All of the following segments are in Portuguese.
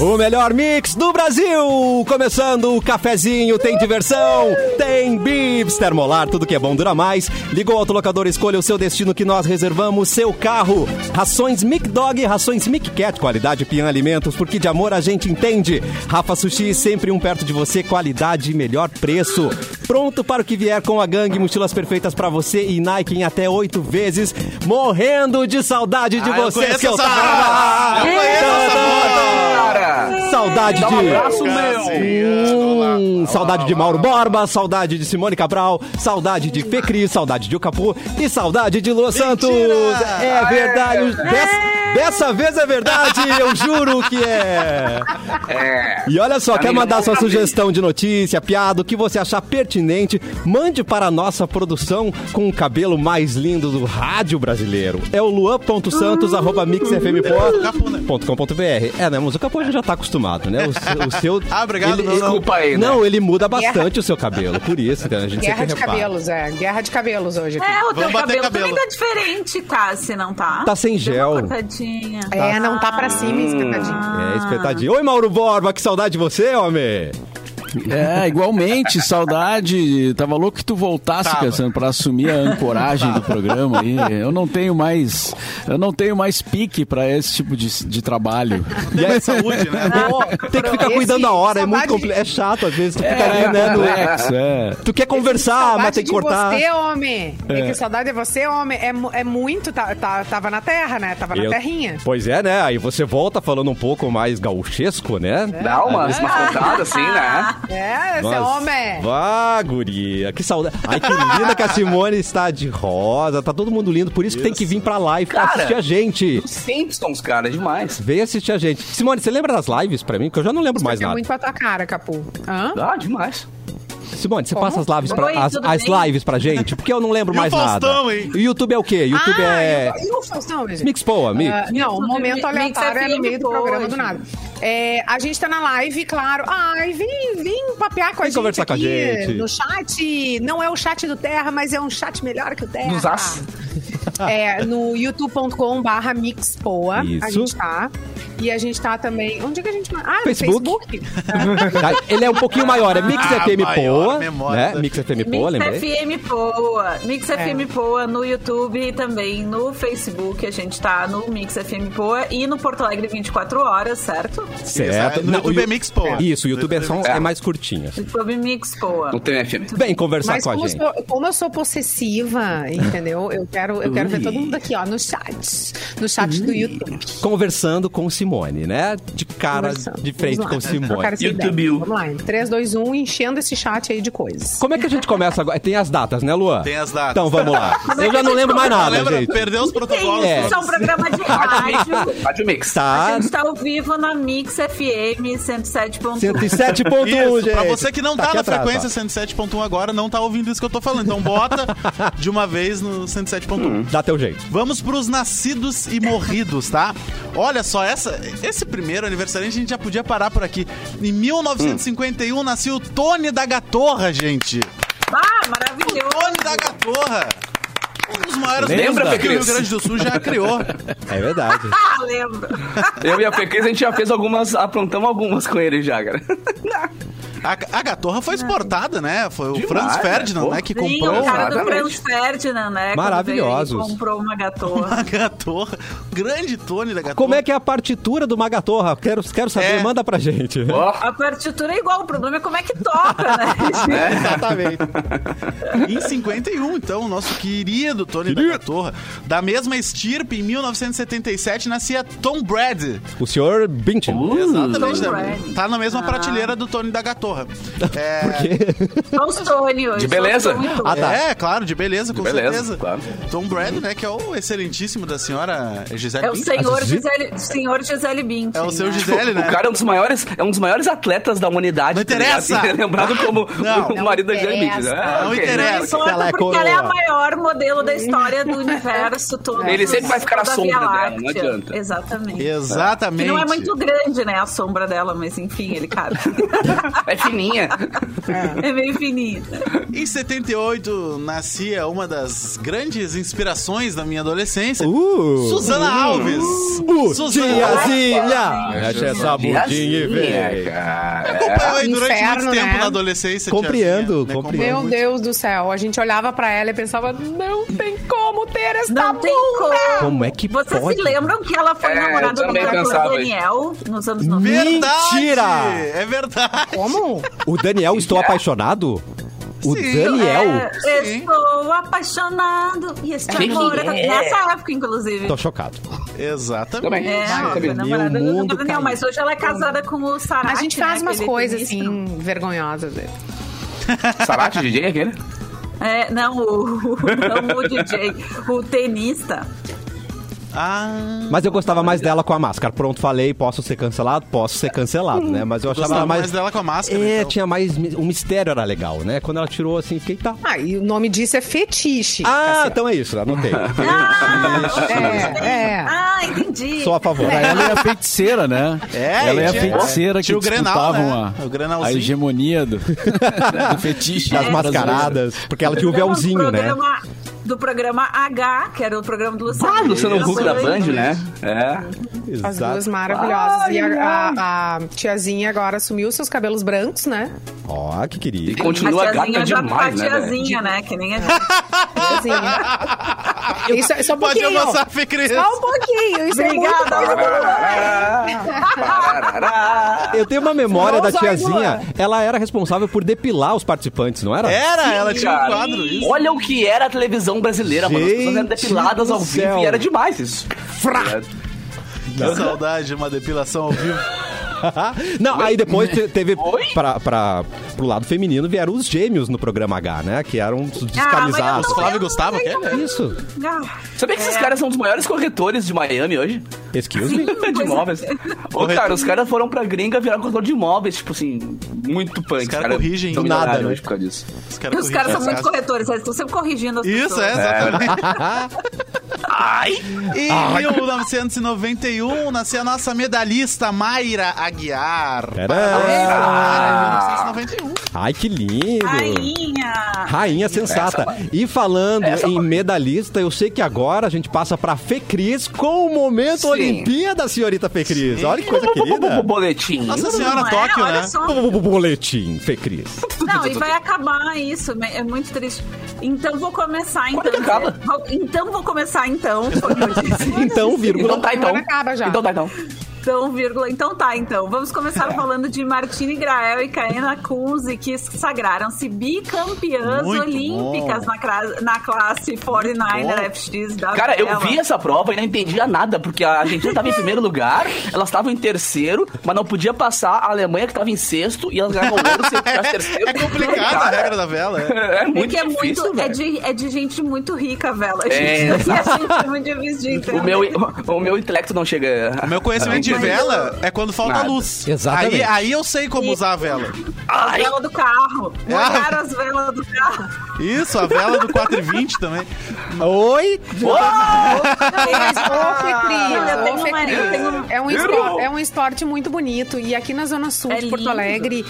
O melhor mix do Brasil! Começando o cafezinho, tem diversão, tem bibs, termolar, tudo que é bom dura mais. Ligou ao autolocador, escolha o seu destino que nós reservamos, seu carro. Rações Mic Dog, rações Mic Cat, qualidade Pian Alimentos, porque de amor a gente entende. Rafa Sushi, sempre um perto de você, qualidade e melhor preço. Pronto para o que vier com a gangue, mochilas perfeitas para você e Nike em até oito vezes. Morrendo de saudade de Ah, eu você, conheço seu essa tara. banda. Eu conheço essa Tara. Saudade de... Hum, saudade de Mauro Borba, saudade de Simone Cabral, saudade de Fê Cris, saudade de Ucapu e saudade de Lua Santos. É verdade. Dessa, dessa vez é verdade, eu juro que é. E olha só, quer mandar sua sugestão de notícia, piada, o que você achar pertinente, mande para a nossa produção com o cabelo mais lindo do rádio brasileiro. É o luan.santos.mixfmpo.com.br. É, né, mas o capô a gente já tá acostumado, né? O, seu- o seu... Ah, obrigado, ele, não, não. Desculpa aí, né? Não, ele muda bastante o seu cabelo, por isso, né? A gente Guerra sempre de repara. cabelos, é. Guerra de cabelos hoje aqui. É, o teu Vamos bater cabelo, cabelo. também tá diferente, Cassi, não tá? Tá sem Deu gel. uma cortadinha. É, não tá pra cima, espetadinho. É, espetadinho. Oi, Mauro Borba, que saudade de você, homem! É, igualmente, saudade. Tava louco que tu voltasse, Tava. Cassiano, pra assumir a ancoragem do programa aí. Eu não tenho mais, eu não tenho mais pique pra esse tipo de, de trabalho. E aí, Saúde, né? Tem que ficar Esse- cuidando da hora, é muito saudade- compli- É chato, às vezes, tu fica é, ali, né? no- complexo, é. Tu quer conversar, Saudade mas tem que cortar. de você, homem. É. que saudade de você, homem. É, mu- é muito. Tá, tá- tava na terra, né? Tava na Eu- terrinha. Pois é, né? Aí você volta falando um pouco mais gauchesco, né? Dá umas, umas cantadas assim, né? É, você é Nossa. homem. Vá, guria. Que saudade. Ai, que linda que a Simone está de rosa. Tá todo mundo lindo. Por isso, que tem que vir pra live pra Cara. assistir a gente. Simpsons, cara, é demais. Vem assistir a gente. Simone, você lembra das lives pra mim? Porque eu já não lembro mais É nada. muito pra tua cara, Capu. Hã? Ah, demais. Simone, você passa as lives pra, Oi, as, tudo as bem? lives pra gente? Porque eu não lembro E o mais Faustão, nada. hein? O YouTube é o quê? YouTube ah, é. E o Faustão, gente? Mixpoa, Mix. Ah, não, o momento Mix aleatório é no FM meio do pode. programa do nada. É, a gente tá na live, claro. Ai, vem, vem papear com a Vem gente. conversar com a aqui gente. No chat. Não é o chat do Terra, mas é um chat melhor que o Terra. Nos as. É, no youtube.com/barra mixpoa. A Isso. gente tá. E a gente tá também. Onde é que a gente. Ah, Facebook. no Facebook. Ah, Tá, Ele é um pouquinho maior, é Mix Ah, FM maior Poa. memória Né? da Mix FM Poa, Mix lembrei. FM Poa. Mix FM Poa no YouTube e também no Facebook. A gente tá no Mix FM Poa e no Porto Alegre 24 horas, certo? Certo. Isso, no YouTube o é Mix Poa. Isso, o YouTube é, só, É. é mais curtinho. YouTube Mix Poa. Não tem FM. Vem conversar Mas com a como, eu gente. sou- como eu sou possessiva, entendeu? Eu quero, eu quero ver todo mundo aqui, ó, no chat. No chat do YouTube. Conversando com Simone, né? De cara Conversando. de frente com Vamos lá. Eu quero Simone. essa ideia. YouTube. Vamos lá, em 3, 2, 1, enchendo esse chat aí de coisas. Como é que a gente começa agora? Tem as datas, né, Luan? Tem as datas. Ah, Então vamos lá. Como é Eu que já a não gente lembro mais começa? nada, Lembra? gente. Perdeu os protocolos. Tem, É. isso é um programa de rádio. Rádio Mix. Tá. A gente tá ao vivo na Mix FM 107.1. 107.1, Isso, gente. pra você que não tá, aqui na atrás, ó. frequência 107.1 agora, não tá ouvindo isso que eu tô falando. Então bota de uma vez no 107.1. Dá teu jeito. Vamos pros nascidos e morridos, tá? Olha só, essa, esse primeiro aniversariante a gente já podia parar por aqui. Em 1951 nasceu o Tony da Gatorra, gente. Ah, Tony maravilhoso. da Gatorra. Um dos maiores Lembra, músicos que o Rio Pecris? Grande do Sul já criou. É verdade. Ah, lembro. Eu e a Pecris, a gente já fez algumas, aprontamos algumas com ele já, cara. A, a Gatorra foi exportada, né? Foi o Demais, Franz né? Ferdinand, Pô. né? Que Sim, o comprou cara do Franz Exatamente. Ferdinand, né? Quando Maravilhosos. veio, ele comprou uma gatorra. a Gatorra. Grande Tony da Gatorra. Como é que é a partitura do Magatorra? Quero, quero saber, É. manda pra gente. Ó, A partitura é igual, o problema é como é que toca, né? Exatamente. Em 51, então, o nosso querido Tony da Gatorra. Da mesma estirpe, em 1977, nascia Tom Brady. O senhor Bintin. Exatamente. Tom né? Brady. Ah. Tá na mesma prateleira do Tony da Gatorra. É, São os Tony hoje. De beleza? são os Tony. Ah, tá. é, claro, de beleza, com beleza, certeza. claro. Tom Brady, né, que é o excelentíssimo da senhora Gisele É o Bündchen. senhor Gi- Gisele, senhor Gisele Bündchen. É o seu né? Gisele, né? O cara é um dos maiores, é um dos maiores atletas da humanidade. Não tá ligado? interessa! Ele é lembrado como Não. o marido da né? Jamie. interessa. Não interessa. Parece Não importa, que ela é porque ela é a coroa. maior modelo da história do universo todo. Ele sempre vai ficar na toda a sombra Via dela, Láctea. não adianta. Exatamente. Que é Exatamente. não é muito grande, né, a sombra dela, mas enfim, ele cabe. É fininha. É meio fininho. Em 78 nascia uma das grandes inspirações da minha adolescência, Uh. Suzana Alves. Uh, Suzana Alves. Tiazinha! Acha essa bundinha e vem. Acompanhou aí durante Inferno, muito tempo né? na adolescência. Compreendo, tiazinha, compreendo. acompanhou Meu é muito. Deus do céu, a gente olhava pra ela e pensava, não tem como ter esta Não tem Tá burra. como. Como é que Vocês pode? se lembram que ela foi É, eu namorada do também narrador pensava Daniel nos anos 90? Verdade! Mentira! É verdade. Como? O Daniel, estou apaixonado? O Sim. Daniel? É, eu Sim. estou apaixonado. E este Quem amor que é é? nessa época, inclusive. Tô chocado. Exatamente. Também. É, ela foi Meu namorada do mundo Daniel, caiu. mas hoje ela é casada com o Sarah. né, A gente faz umas coisas assim, vergonhosas. Sarate, DJ, aquele? É, não, o, não o DJ, o tenista. Ah, Mas eu gostava mais dela com a máscara. Pronto, falei, posso ser cancelado? Posso ser cancelado, né? Mas eu achava gostava ela mais... mais... dela com a máscara. É, então. tinha mais... mi- O mistério era legal, né? Quando ela tirou, assim, fiquei, tá... Ah, e o nome disso é fetiche. Ah, então é isso, anotei. Ah, É, é. ah, entendi. Sou a favor. né? Pra ela é a feiticeira, né? É, ela é a tinha- feiticeira que tinha o Grenal, disputava né? uma- O Grenalzinho. a hegemonia do, do fetiche. Das mascaradas. Porque ela tinha o Então, Do programa- véuzinho, né? programa- Do programa H, que era o programa do Luciano. Ah, Luciano Huck Huck da Band, né? É. As duas Exato. maravilhosas. Ai, e a, a- a tiazinha agora assumiu seus cabelos brancos, né? Ó, que E querido. continua a tiazinha gata já tá demais, com né? a velho? tiazinha, né? Que nem a gente. Tiazinha. Isso, é só um Pode pouquinho. avançar, Fê Cris. Só um pouquinho. Isso Obrigada, é muito coisa. Eu tenho uma memória da Vamos aí, tiazinha. Ela era responsável por depilar os participantes, não É. era? Era, ela tinha um Cara, quadro. Isso. Olha o que era a televisão brasileira, mano. As pessoas eram Gente depiladas do ao vivo céu. e era demais isso. Tá Frá! Que saudade de uma depilação ao vivo. Não, aí depois te- teve Oi? pra, pra, pro lado feminino vieram os gêmeos no programa H, né? Que eram os Ah, mas descamisados. eu não- Flávio e Gustavo, que é? Isso. Ah, Sabia que esses É. caras são os maiores corretores de Miami hoje? Excuse me? de imóveis. Ô, cara, os caras foram pra gringa virar corretor de imóveis, tipo assim, muito punk. Os caras corrigem tão nada, milionários né? hoje por causa disso. Os caras Os caras são corrigem muito as corretores, eles estão sempre corrigindo as Isso, pessoas. é, exatamente. Ai! Em 1991, nasceu a nossa medalhista Mayra Aguiar. Tcharam! Ah. Parabéns, 1991. Ai, que lindo. Rainha! Rainha sensata. E falando em medalhista, eu sei que agora a gente passa pra Fecris com o momento Sim. Olimpíada, senhorita Fecris. Olha que coisa O querida. boletim. Nossa Não senhora, é? Tóquio, Olha né? só. Boletim, Fecris. Não, e vai acabar isso, me- é muito triste. Então vou começar então. Quando que acaba? Vou- então vou começar então. foi o que eu disse. Então, vírgula. Então tá, então. Agora acaba já. Então tá, então. Então, vírgula. Então tá, então. Vamos começar falando de Martine Grael e Kaena Kunze, que sagraram-se bicampeãs Muito olímpicas na, cra- na classe 49er FX da Cara, eu vela. vi é essa prova e não entendia nada, porque a Argentina tava em primeiro lugar, elas estavam em terceiro, mas não podia passar a Alemanha que tava em sexto e elas ganharam o ouro se ficasse terceiro. É complicada a Cara, regra da vela. é. É É muito que é difícil, muito. É velho. de, é de gente muito rica, vela. É. Gente, e a gente é muito difícil de entender. O meu, o meu intelecto não chega. O meu conhecimento de Mas- vela é quando falta Nada. luz. Exatamente. Aí, aí eu sei como usar a vela. A Ai, vela do carro. Botaram as velas do carro. Isso, a vela do 4,20 também. Oi, é Mas, ô, Fecris, Ah, Eu tenho ô, uma- Fecris, eu tenho- É um, esporte, é um esporte muito bonito. E aqui na Zona Sul É de Porto lindo. Alegre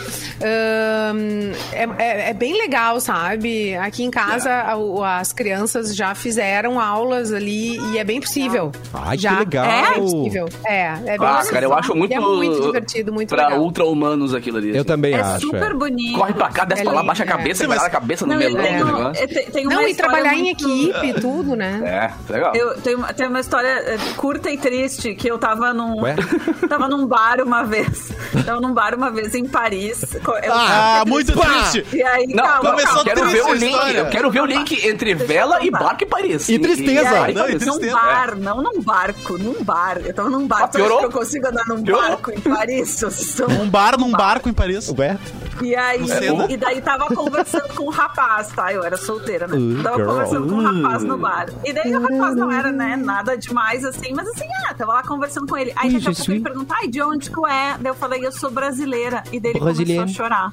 hum, é, é- é bem legal, sabe? Aqui em casa É. a- o- as crianças já fizeram aulas ali e é bem possível. Ai, que já. legal. É possível. É, é bem Ah, possível. cara, eu acho muito. E é muito divertido, muito Pra legal. ultra-humanos aquilo ali. Eu assim. também É acho. é. super bonito. Corre pra cá, desce pra lá, É, baixa a é. cabeça, Sim, vai mas- lá a cabeça no Não, um- eu melão do tenho- negócio. eu te- tenho Não, é, uma e trabalhar história em muito- equipe, tudo, né? É, legal. Eu tenho, uma- tenho uma história eh, curta e triste que eu tava num Ué? tava num bar uma vez. Tava num bar uma vez em Paris. Co- eu- Ah, muito Pá! triste. E aí, Não, calma, começou calma. eu quero triste ver o a link. história. Eu quero ver o link entre vela e contar. barco e Paris. E tristeza. Barco e Não, e Paris. Num tristeza. bar, não num barco, num bar. Eu tava num é. Ah, bar, só acho piorou? que eu consigo andar num Piorou? barco em Paris. Eu sou- Um bar num barco em Paris. Ué? E aí, Luciana. e daí tava conversando com um rapaz, tá? Eu era solteira, né? Uh, tava girl. conversando com um rapaz no bar. E daí o rapaz não era, né, nada demais, assim, mas assim, ah, tava lá conversando com ele. Aí Ui, daqui a je pouco ele suis. perguntou, ai, de onde tu é? Daí eu falei, eu sou brasileira. E daí ele Brasileira. começou a chorar.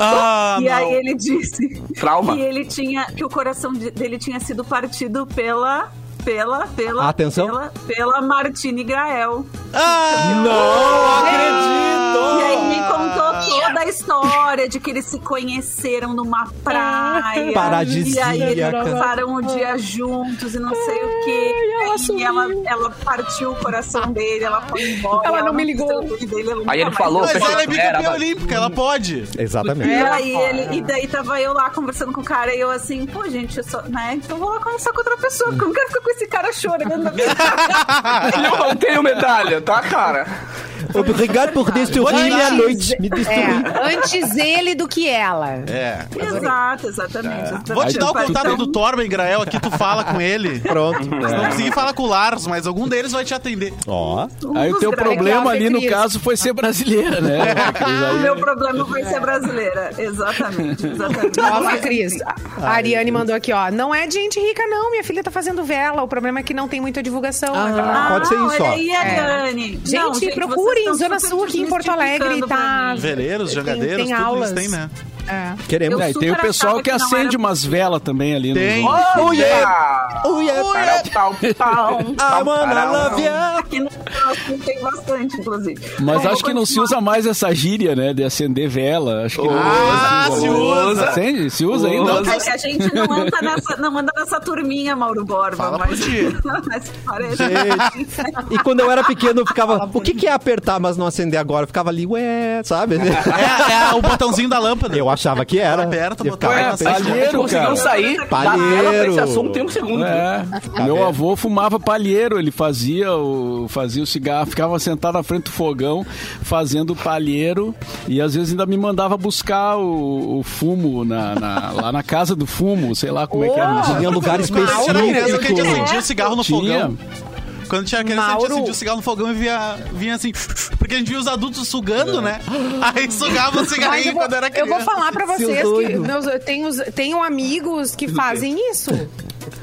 Ah, e não. aí ele disse Trauma. que ele tinha, que o coração de- dele tinha sido partido pela... Pela, pela, Atenção. pela, pela Martine Grael. Ah, Não E aí me acredito! contou toda a história de que eles se conheceram numa praia. E Paradisíaca. aí eles passaram um dia juntos e não sei o quê. Ai, ela e ela, ela partiu o coração dele, ela foi embora. Ela não me ligou. quis saber Dele, ela nunca Aí ele mais falou, ligou. Mas ela é Era, bicampeã vai. olímpica, ela pode. Exatamente. E aí ele, e daí tava eu lá conversando com o cara e eu assim, pô, gente, eu só, né? Então vou lá conversar com outra pessoa, porque eu não quero ficar com esse cara chorando na minha cara. Eu Ah, não tenho medalha, tá, cara? Obrigado por destruir minha noite. Me destruir. É, antes ele do que ela. É. Exato, exatamente. É. exatamente. Vou te dar o Então, contato do Torben, Grael, aqui tu fala com ele. Pronto. Se não conseguir falar com o Lars, mas algum deles vai te atender. Ó. um Aí o dos teu grandes- problema É que ali, no crise. caso, foi ser brasileira, né? Cris? O Aí- meu problema foi ser brasileira. Exatamente, exatamente. Nossa, Cris. A Ariane mandou aqui, ó. Não é de gente rica, não. Minha filha tá fazendo vela. O problema é que não tem muita divulgação. Ah, pode ser isso, olha ó. aí, Ariane. um É. Gente, Não, procurem vocês Zona estão Sul aqui em Porto Alegre, desmistificando pra tá? mim. Veleiros, Tem- jangadeiros, tem tudo aulas. isso tem, né? É. Queremos. Eu Ah, e tem o super pessoal achava que que não acende era- umas velas também ali. no- Tem. Olha! Uia, Para, pau, pau, I pau, wanna pau. love you. Aqui no Sul tem bastante, inclusive. Mas Bom, acho vou que não se continuar. usa mais essa gíria, né? De acender vela. Acho que não. Ah, se usa. Acende? Se usa ainda? É que a gente não anda nessa, não anda nessa turminha, Mauro Borba. Fala mas, por ti. mas parece. E quando eu era pequeno, eu ficava. O que, que é apertar, mas não acender agora? Eu ficava ali, ué, sabe? É, é o botãozinho da lâmpada. Eu achava que era. Aperta, Eu ficava botão, é, na ué, frente. ali- Eles conseguiram cara. sair da Palheiro. tela pra esse assunto tem um segundo. É. Meu avô fumava palheiro, ele fazia o, fazia o cigarro, ficava sentado na frente do fogão fazendo palheiro e às vezes ainda me mandava buscar o, o fumo na, na- lá na casa do fumo, sei lá como é que era. Tinha lugar específico. Quando era criança que é? a gente acendia o cigarro no Tinha. fogão. Quando tinha criança, a gente Mauro. acendia o cigarro no fogão e via, vinha assim. Porque a gente via os adultos sugando, né? Aí sugava o Mas eu cigarrinho vou, quando era eu criança. vou falar pra Seu vocês que doido. meus, eu tenho, os- tenho amigos que fazem isso.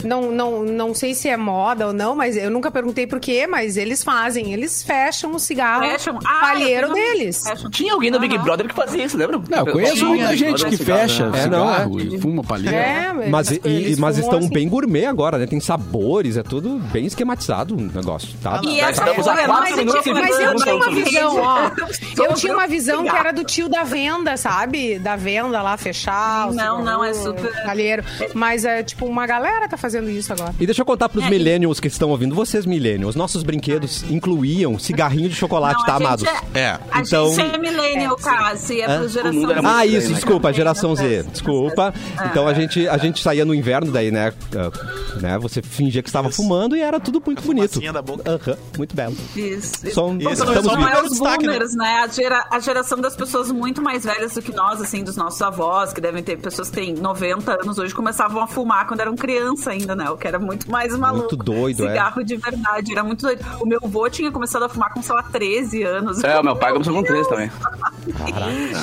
Não, não, não sei se é moda ou não, mas eu nunca perguntei por quê, mas eles fazem. Eles fecham o cigarro Fecham. Ah, palheiro eu tenho- deles. Fecham. Tinha alguém do Big Ah. Aham. Brother que fazia isso, lembra? Não, É, eu conheço Tinha, muita né? gente que Cigarro, fecha né? É, não, cigarro e fuma palheiro. É. Mas, e- eles mas fumam estão assim. bem gourmet agora, né? Tem sabores, é tudo bem esquematizado o negócio, tá? E Nós essa estamos há coisa é quatro mais minutos antiga- é Mas eu tinha uma Vamos visão, ó. Eu tinha uma Sobre o visão que cigarro. era do tio da venda, sabe? Da venda lá, fechar. o Não, não, é cigarro, super- Palheiro. Mas é tipo, uma galera tá fazendo isso agora. E deixa eu contar É, pros millennials que estão ouvindo. Vocês, millennials, nossos brinquedos incluíam cigarrinho de chocolate, Não, tá, a gente amados? É, É. a Então- gente é millennial, Cassi, é Hã? pro geração mundo era Z. É, muito Ah, estranho, isso, né, desculpa, a geração Z. Acontece. Desculpa. Então a gente, a gente saía no inverno daí, né? Ah, né? Você fingia que estava fumando e era tudo muito bonito. fumacinha da boca. Aham, muito belo. Isso. Só um- Isso, estamos só um São vivos. primeiro maiores destaque, né? boomers, né? A, gera- a geração das pessoas muito mais velhas do que nós, assim, dos nossos avós, que devem ter pessoas que têm 90 anos hoje, começavam a fumar quando eram criança ainda, né? O que era muito mais maluco. doido, é. Cigarro de verdade, era muito doido. O meu avô tinha começado a fumar com, sei lá, 13 anos. É, o meu pai começou com três também.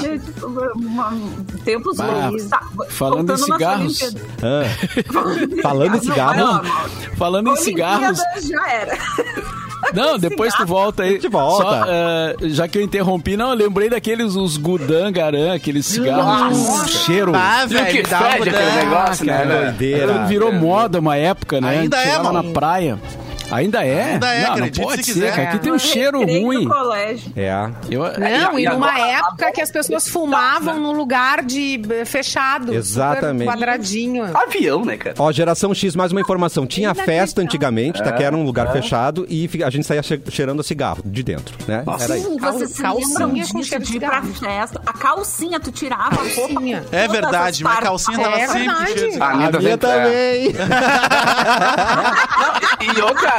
Gente, uma- uma- tempos Bah, loucos. Tá, falando em voltando nas cigarros. Olimpíadas. Ah, falando em cigarro, Não, vai lá, Mauro. Falando em cigarros, Olimpíadas já era. Não, depois tu volta aí. gente volta. Só, eh, já que eu interrompi, não, eu lembrei daqueles os Gudan Garan, aqueles cigarros com cheiro. Ah, E o que fede aquele negócio, É, né? que velho? doideira. Virou moda uma época, né? Ainda A gente é, chegava mano. na praia. Ainda é? Ainda é, não, não acredite pode se ser, quiser. cara. Aqui tem é um cheiro Recreio do ruim. colégio. É. Eu, Não, e e, numa agora- época que as pessoas fumavam num lugar de eh, fechado. super Exatamente. quadradinho. Avião, né, cara? Ó, geração X, mais uma informação. Tinha festa antigamente, tá? Que era um É. lugar fechado e fi- a gente saía che- cheirando cigarro de dentro, né? Era isso. Sim, vocês se Cal- lembram calcinha um com disso cheiro de de ir pra cigarro. festa? A calcinha, tu tirava a roupa. com Calcinha. É todas as verdade, minha partes. calcinha tava É sempre verdade. cheia de A minha, A minha também. E eu, cara.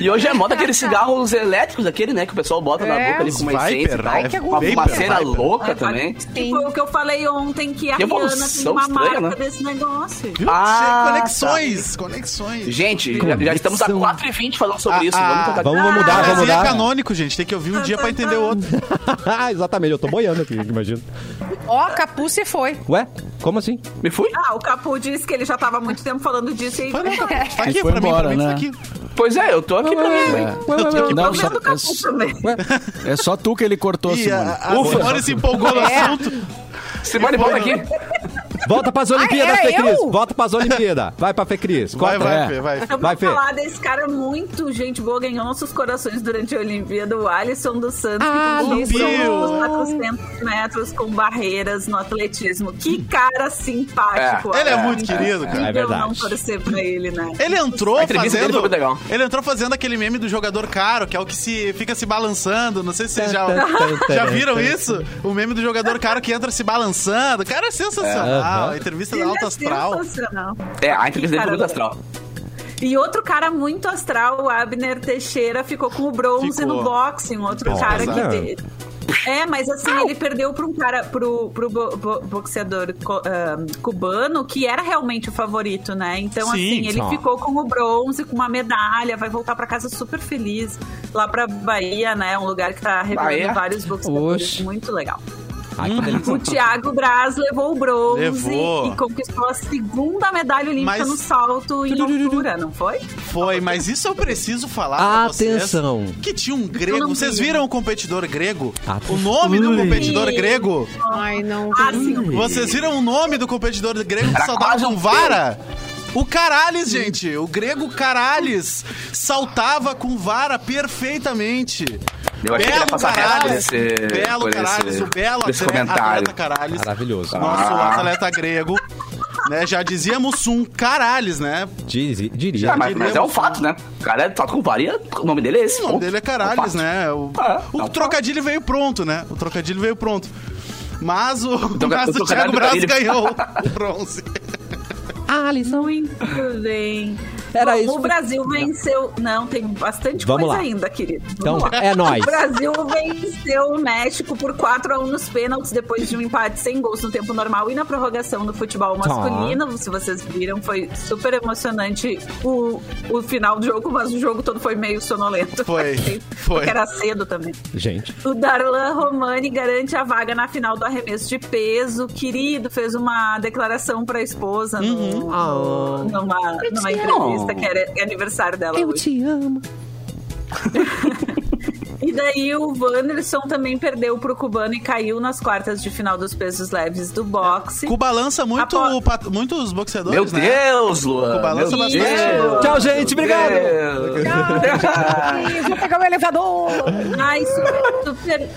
e hoje é moda aqueles cigarros elétricos, aquele, né? Que o pessoal bota na É, boca ali com uma Viper, essência e tal. Ai, que Uma agonia. fumaceira Viper. louca É também. Que foi É, tipo, o que eu falei ontem, que a Que Rihanna tem evolução uma marca estranha, né? desse negócio. Viu? Ah, conexões, conexões. Gente, já, já estamos a 4h20 falando sobre isso. Ah, Vamos tocar Vamos vamos mudar, vamos Mas é mudar. canônico, gente. Tem que ouvir um dia tá, pra entender o outro. Ah, Exatamente, eu tô boiando aqui, imagino. Ó, Capu, você foi. Ué, como assim? Me fui? Ah, o Capu disse que ele já tava há muito tempo falando disso e Foi, não, tá tá E aqui, foi pra mim, embora, pra mim, tá né? aqui. Pois é, eu tô aqui pra mim. é, hein? não, Tô só, vendo o Capu é, só- também. é só tu que ele cortou, E Simone. É. a, a Simone se empolgou no assunto. Simone, volta aqui. Volta pras Olimpíadas, Ah, Fê era Cris. eu? Volta pras Olimpíadas. Vai pra Fê Cris. Vai, Corta. vai, É. Fê, vai. Eu vou Vai, Fê. falar desse cara muito, gente boa, ganhou nossos corações durante a Olimpíada, o Alisson dos Santos, Ah, que conquistou os Alisson. 400 metros com barreiras no atletismo. Que cara simpático. Ele é Alisson. muito querido, cara. É verdade. não torcer pra ele, né? Ele é entrou A entrevista fazendo. dele foi muito legal. Ele entrou fazendo aquele meme do jogador caro, que é o que se fica se balançando. Não sei se vocês já, já viram isso. O meme do jogador caro que entra se balançando. Cara, é sensacional. Aham. A entrevista Ele da é Alta Astral. sensacional. É, a entrevista dele foi muito Cara, astral. E outro cara muito astral, o Abner Teixeira, ficou com o bronze Ficou. no boxing. Um outro Bom, cara azar. que. de- É, mas assim, ele perdeu para um cara, pro, pro bo- bo- boxeador co- ahn, cubano, que era realmente o favorito, né? Sim, Então, assim, ele só. ficou com o bronze, com uma medalha, vai voltar para casa super feliz, lá pra Bahia, né? Um lugar que tá revelando Bahia? vários boxeadores. Oxe. Muito legal. Ai, Hum. que delícia. O Thiago Braz levou o bronze Levou. e conquistou a segunda medalha olímpica Mas- no salto em altura, não foi? Foi, mas isso eu preciso falar Atenção. pra vocês. Que tinha um Eu grego. não Vocês vi. viram o competidor grego? Atenção. O nome do Ui. competidor grego? Ai, não. Ah, Hum. sim. Vocês viram o nome do competidor grego que Era saltava quase com um vara? O Caralhes, gente. O grego Caralhes saltava com vara perfeitamente. Eu achei que ele ia passar reto por esse- belo por Caralhes, esse- o belo por esse atleta, comentário. atleta Caralhes. Maravilhoso. Nosso Ah. atleta grego. Né, já dizíamos um Caralhes, né? É, Diz, diria. Ah, mas, mas é um fato, né? O cara é fato com varia, o nome dele é esse. O nome Bom, dele é Caralhos, fato. né? O, Ah, o tá um trocadilho veio pronto, né? O trocadilho veio pronto. Mas o, troca- mas Então, o o Thiago trocadilho- Braz ganhou o bronze. Muito bem. Era Bom, isso. O Brasil venceu. Não, tem bastante Vamos coisa lá. ainda, querido. Vamos Então, lá. é nóis. O Brasil venceu o México por 4x1 nos pênaltis, depois de um empate sem gols no tempo normal e na prorrogação do futebol Tá. masculino. Se vocês viram, foi super emocionante o, o final do jogo, mas o jogo todo foi meio sonolento. Foi, foi. Porque era cedo também. Gente. O Darlan Romani garante a vaga na final do arremesso de peso. Querido, fez uma declaração pra esposa no- Uhum. Ah. no- numa, numa entrevista que era é aniversário dela. hoje. te amo. E daí o Wanderson também perdeu pro cubano e caiu nas quartas de final dos pesos leves do boxe. Cuba lança muito, Apo- o pat- muito os boxeadores, Meu né? Deus, Luan. balança meu bastante. Deus. Tchau, gente. Obrigado. Meu Deus. Ih, Vou pegar o elevador. Ai, super, super,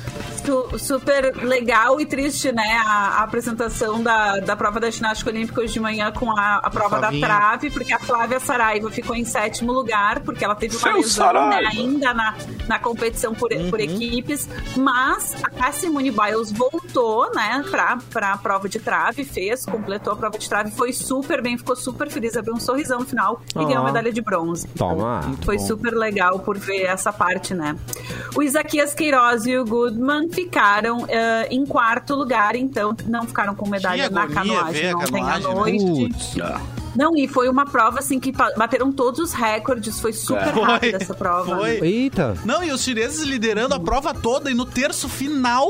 su- super legal e triste, né? A, a apresentação da, da prova da ginástica olímpica hoje de manhã com a, a prova Flavinha. da trave, porque a Flávia Saraiva ficou em sétimo lugar, porque ela teve uma Seu lesão né, Saraiva. ainda na, na competição por, por equipes. Mas a Simone Biles voltou, né, pra, pra prova de trave, fez, completou a prova de trave, foi super bem, ficou super feliz, abriu um sorrisão no final e Ah. ganhou a medalha de bronze. Toma. Foi super legal por ver essa parte, né? O Isaquias Queiroz e o Goodman ficaram eh, em quarto lugar, então não ficaram com medalha Que na agonia ver canoagem a ontem canoagem, né? à noite. Não, e foi uma prova assim que pa- bateram todos os recordes, foi super rápida essa prova. É. foi. né? Eita. Não, e os chineses liderando a prova toda e no terço final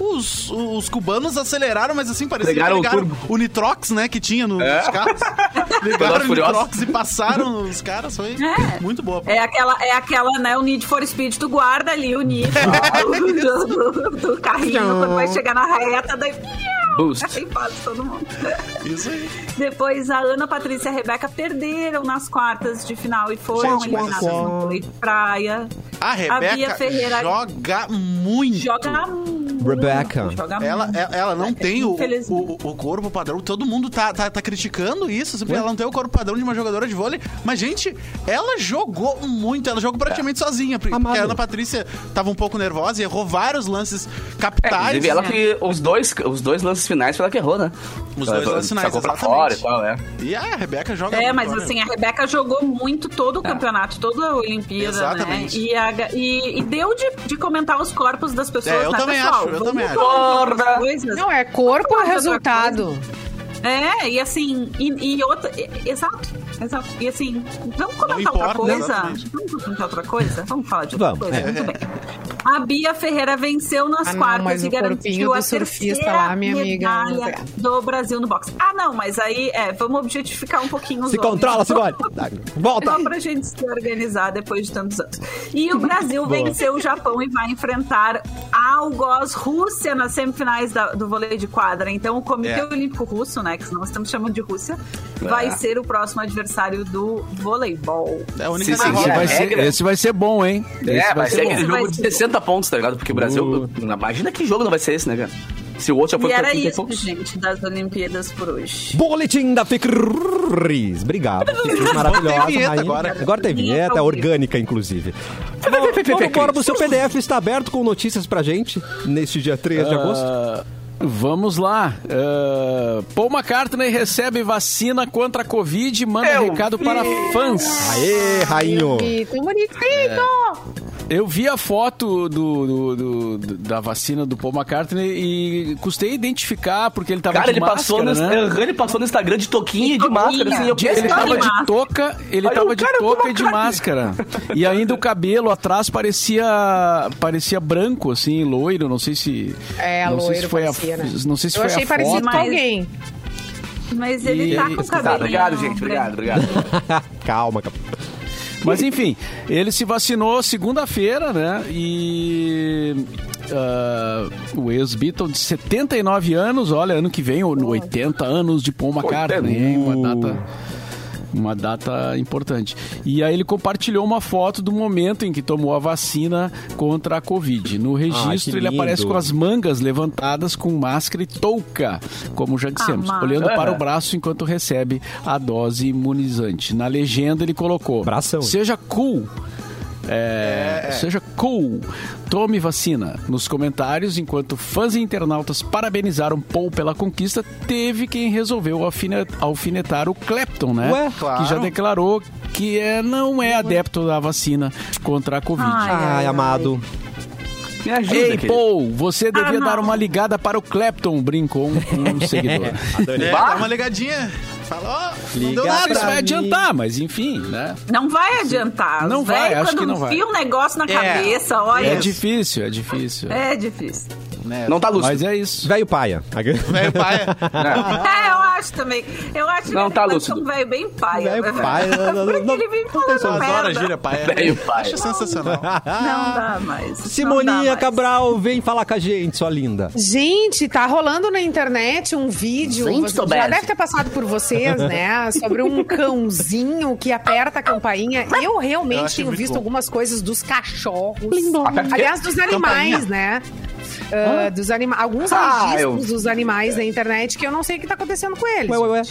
os, os cubanos aceleraram, mas assim parecia Pegaram o que ligaram turbo. É. o, nitrox, né, que tinha no- nos carros. Velozes Ligaram o Furiosos. nitrox e passaram os caras, foi É. muito boa. É aquela, é aquela, né? O Need for Speed, tu guarda ali o Need do, do- do carrinho, quando vai chegar na reta, daí. Boost. Aí passa todo mundo. Isso aí. Depois a Ana Patrícia e a Rebeca perderam nas quartas de final e foram Gente, mas eliminadas assim- no vôlei de praia. A Rebeca Bia Ferreira joga muito. Joga muito, Rebeca. joga Ela, é muito. ela- ela não tem o, o, Infelizmente. o corpo padrão. Todo mundo tá, tá, tá criticando isso, porque ela não tem o corpo padrão de uma jogadora de vôlei. Mas, gente, ela jogou muito. Ela jogou praticamente sozinha. Porque Amado. a Ana Patrícia tava um pouco nervosa e errou vários lances É, capitais. inclusive, ela que os dois, os dois lances finais foi ela que errou, né? Os Ela dois lances finais, sacou pra exatamente. fora e tal, é. E a Rebeca joga É, muito, mas olha. assim, a Rebeca jogou muito todo o campeonato, toda a Olimpíada, Tá. Exatamente. né? E, a ga- e- e deu de, de comentar os corpos das pessoas, É, eu né, também pessoal? acho, eu Vamos também acho. falar das Corda. coisas. Não, é corpo ou resultado? É, e assim, e, e outra. e- exato, exato. E assim, vamos comentar Não importa, outra coisa? exatamente. Vamos comentar outra coisa? Vamos falar de outra Vamos, coisa? é. Muito bem. A Bia Ferreira venceu nas Ah, não, quartas mas e o corpinho garantiu do a surfista terceira lá, minha amiga, medalha não tem. do Brasil no boxe. Ah, não, mas aí, é, vamos objetificar um pouquinho os Se homens. controla, Simone. Volta. Só pra gente se organizar depois de tantos anos. E o Brasil venceu o Japão e vai enfrentar a Algoz Rússia nas semifinais da- do vôlei de quadra. Então, o Comitê É. Olímpico Russo, né, que nós estamos chamando de Rússia, vai ser o próximo adversário do voleibol. É a única Se seguir derrota. a Vai regra- né? ser- esse vai ser bom, hein? Esse É, vai ser aquele bom. jogo Vai de ser 60 pontos, tá ligado? Porque o Brasil. Imagina que jogo não vai ser esse, né, cara? Se o outro já foi E pra era 30 isso, pontos. gente, das Olimpíadas por hoje. Boletim da Ficris. Obrigado. Ficris maravilhosa. Tem vinheta rainha. agora. agora tem vinheta, Vinheta, orgânica, inclusive. Vamos vamos embora, o seu PDF está aberto com notícias pra gente neste dia 3 de agosto. Ah, Vamos lá. Ah, Paul McCartney recebe vacina contra a Covid e manda recado para Ah. fãs. Aê, rainho. E tão bonitinho! É. Eu vi a foto do, do- do- do- da vacina do Paul McCartney e custei identificar porque ele tava Cara, de ele passou, máscara, no, né? Aham, ele passou no Instagram de toquinha e de Toquinha. máscara, assim. Eu De- Ele pensei, Ele tava tava de de máscara. touca, ele Aí tava o de cara é touca toma e de carne. máscara. E ainda o cabelo atrás parecia parecia branco assim, loiro, não sei se É, não sei se loiro foi parecia, a, né? não sei se Eu foi a achei parecido foto. com alguém. Mas ele tá com o Tá, cabelo. obrigado, gente. Obrigado, obrigado. Calma, calma. Mas enfim, ele se vacinou segunda-feira, né? E ah, o ex-Beatle de 79 anos, olha, ano que vem, ou no 80 anos de Paul McCartney, hein? Uma data. Uma data importante. E aí ele compartilhou uma foto do momento em que tomou a vacina contra a Covid. No registro, ele lindo. aparece com as mangas levantadas com máscara e touca, como já dissemos, mas- olhando para o É. braço enquanto recebe a dose imunizante. Na legenda ele colocou: Bração. Seja cool. É, Seja cool. Tome vacina. Nos comentários, enquanto fãs e internautas parabenizaram Paul pela conquista, teve quem resolveu alfine- alfinetar o Clapton, né? Ué, claro. Que já declarou que é, não é adepto da vacina Ah, contra a Covid. Ai, Ai, amado. Me ajuda, Ei, querido. Paul, você devia né, Ah, não. dar uma ligada para o Clapton, brincou um, um seguidor. É, Bah. dá uma ligadinha. Fala, ó, não Liga- deu Então, Isso nada. vai adiantar, mas enfim, né? Não vai adiantar. Não Os vai, velhos, acho quando que não vai. enfia um negócio na É. cabeça, olha. É É, difícil, é difícil. difícil. Né? Não tá lúcido. Mas é isso. Velho paia. Velho pai. É, eu acho também. Eu acho Não, que tá ele é lúcido. um velho bem pai. Velho paia, não, não, não, ele vem Só falando adora a merda. gíria pai. Velho pai. Acho sensacional. Não dá mais. não dá Simoninha mais. Cabral, vem falar com a gente, sua linda. Gente, tá rolando na internet um vídeo. Gente, você- Tobias. já deve ter passado por vocês, né? Sobre um cãozinho que aperta a campainha. Eu Eu realmente achei tenho muito visto bom. algumas coisas dos cachorros. Aperta Aliás, dos animais, Campainha. né? Ah, dos anima alguns Ah, registros eu- dos animais na internet que eu não sei o que tá acontecendo com eles. Ué, ué, ué.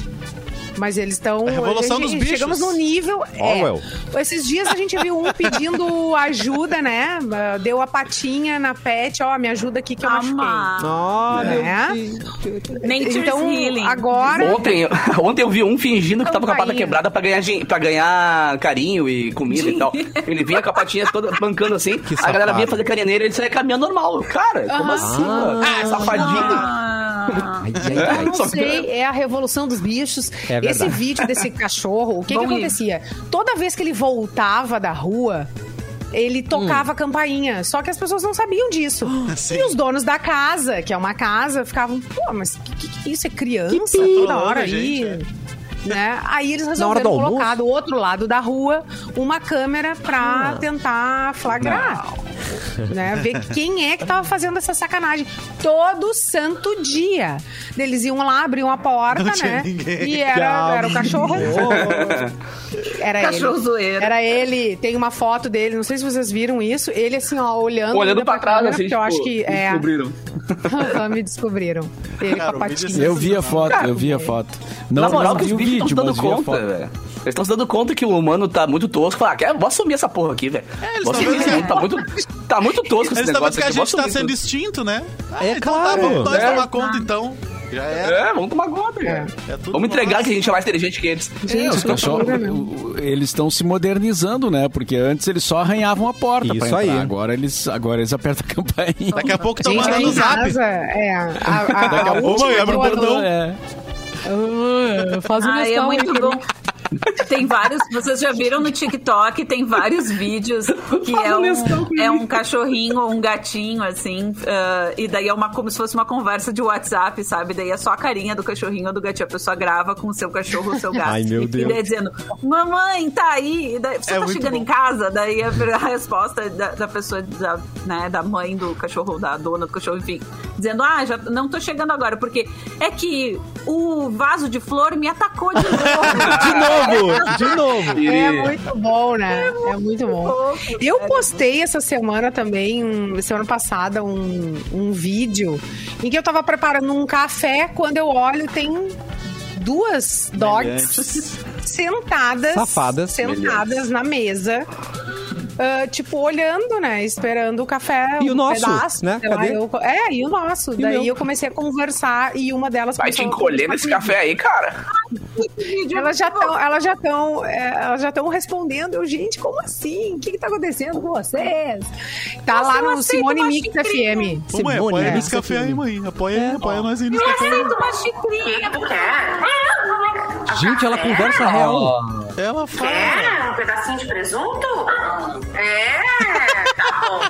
Mas eles estão. A revolução dos bichos. Chegamos num nível. é. Orwell. Esses dias a gente viu um pedindo ajuda, né? Deu a patinha na pet, ó, me ajuda aqui que eu machuquei. Amar. Ah, É. meu Deus. Nature's Então, Healing. agora. Ontem, ontem eu vi um fingindo que tava com a pata Campainha. quebrada pra ganhar, din- pra ganhar carinho e comida e tal. Ele vinha com a patinha toda bancando assim, a galera safado. vinha fazer carinha nele, ele saía caminhando normal. Cara, como Aham. assim, mano? Ah, safadinho. Ah. Eu não sei, é a revolução dos bichos. É verdade. Esse vídeo desse cachorro, o que, que Bom, e- acontecia? Toda vez que ele voltava da rua, ele tocava a campainha. Só que as pessoas não sabiam disso. Sim. E os donos da casa, que é uma casa, ficavam, pô, mas que, que, que isso? É criança toda hora Gente, aí. é. Né? Aí eles hora do resolveram almoço? colocar do outro lado da rua uma câmera pra tentar flagrar. Né? Ver quem é que tava fazendo essa sacanagem. Todo santo dia. Eles iam lá, abriam a porta, Não tinha né? ninguém. E era, era o cachorro. Era Cachorro ele. zoeiro. Era ele, tem uma foto dele, não sei se vocês viram isso. Ele assim, ó, olhando. Olhando ainda pra trás, câmera, assim, porque eu acho que. É, descobriram. me descobriram. Ele Cara, com o a vídeo é patinha. Eu vi a foto, eu vi a foto. Não, Na moral, não que os vi o bichos vídeo, estão se mas dando vi a conta, foto. velho. Eles estão se dando conta que o humano tá muito tosco. Falar, ah, vou assumir essa porra aqui, velho. É, eles Vou tão assumir vendo esse que- mundo, tá muito, tá muito tosco esse Eles estavam negócio dizendo que a aqui. vou gente tá assumir sendo isso. extinto, né? É então claro. Tá, vamos nós É. tomar conta, então. Já era. É, vamos tomar conta, cara. É tudo Vamos entregar nosso. que a gente é mais inteligente que eles. É, os que cachorros, loucura, né? o- o- eles estão se modernizando, né? Porque antes eles só arranhavam a porta pra Isso aí. entrar. Agora eles, agora eles apertam a campainha. Tá Daqui a pouco estão Gente, lá mandando em zap. casa, é, a, a, a Daqui a pouco última abre o doa do- portão. É. Ah, Faz o Ai, é Nescau aí um muito né? pra bom. mim. Tem vários, vocês já viram no TikTok, tem vários vídeos que é um, é um cachorrinho ou um gatinho, assim, ah, e daí é uma, como se fosse uma conversa de WhatsApp, sabe? Daí é só a carinha do cachorrinho ou do gatinho. A pessoa grava com o seu cachorro ou o seu gato. Ai, meu e Deus. daí dizendo, mamãe, tá aí. E daí, você É tá muito chegando bom. em casa? Daí a, a resposta da, da pessoa, da, né, da mãe do cachorro, ou da dona do cachorro, enfim, dizendo, ah, já não tô chegando agora, porque é que o vaso de flor me atacou de novo. De novo, de novo. É muito bom, né? É muito bom. Fofo, Eu sério. postei essa semana também, um- semana passada, um, um vídeo em que eu tava preparando um café. Quando eu olho, tem duas dogs sentadas. Safadas. Sentadas na mesa. ah, tipo, olhando, né? Esperando o café. E o um nosso, pedaço, né? sei lá, Cadê? eu- é, e o nosso. o Daí meu? eu comecei a conversar e uma delas Vai te começou a encolher conversar nesse comigo. café aí, cara. Elas já estão, elas já estão, elas já estão respondendo. Eu, gente, como assim? O que está acontecendo com vocês? Tá Nossa, lá eu no aceito, Simone eu acho Mix incrível. FM. Ô, mãe, Simone, apoia é. nesse café aí, mãe. Apoia, apoia nós aí nesse Eu café. aceito uma xicrinha. é? Gente, ela Ah, conversa real. Ela fala. Ah, um pedacinho de presunto? É.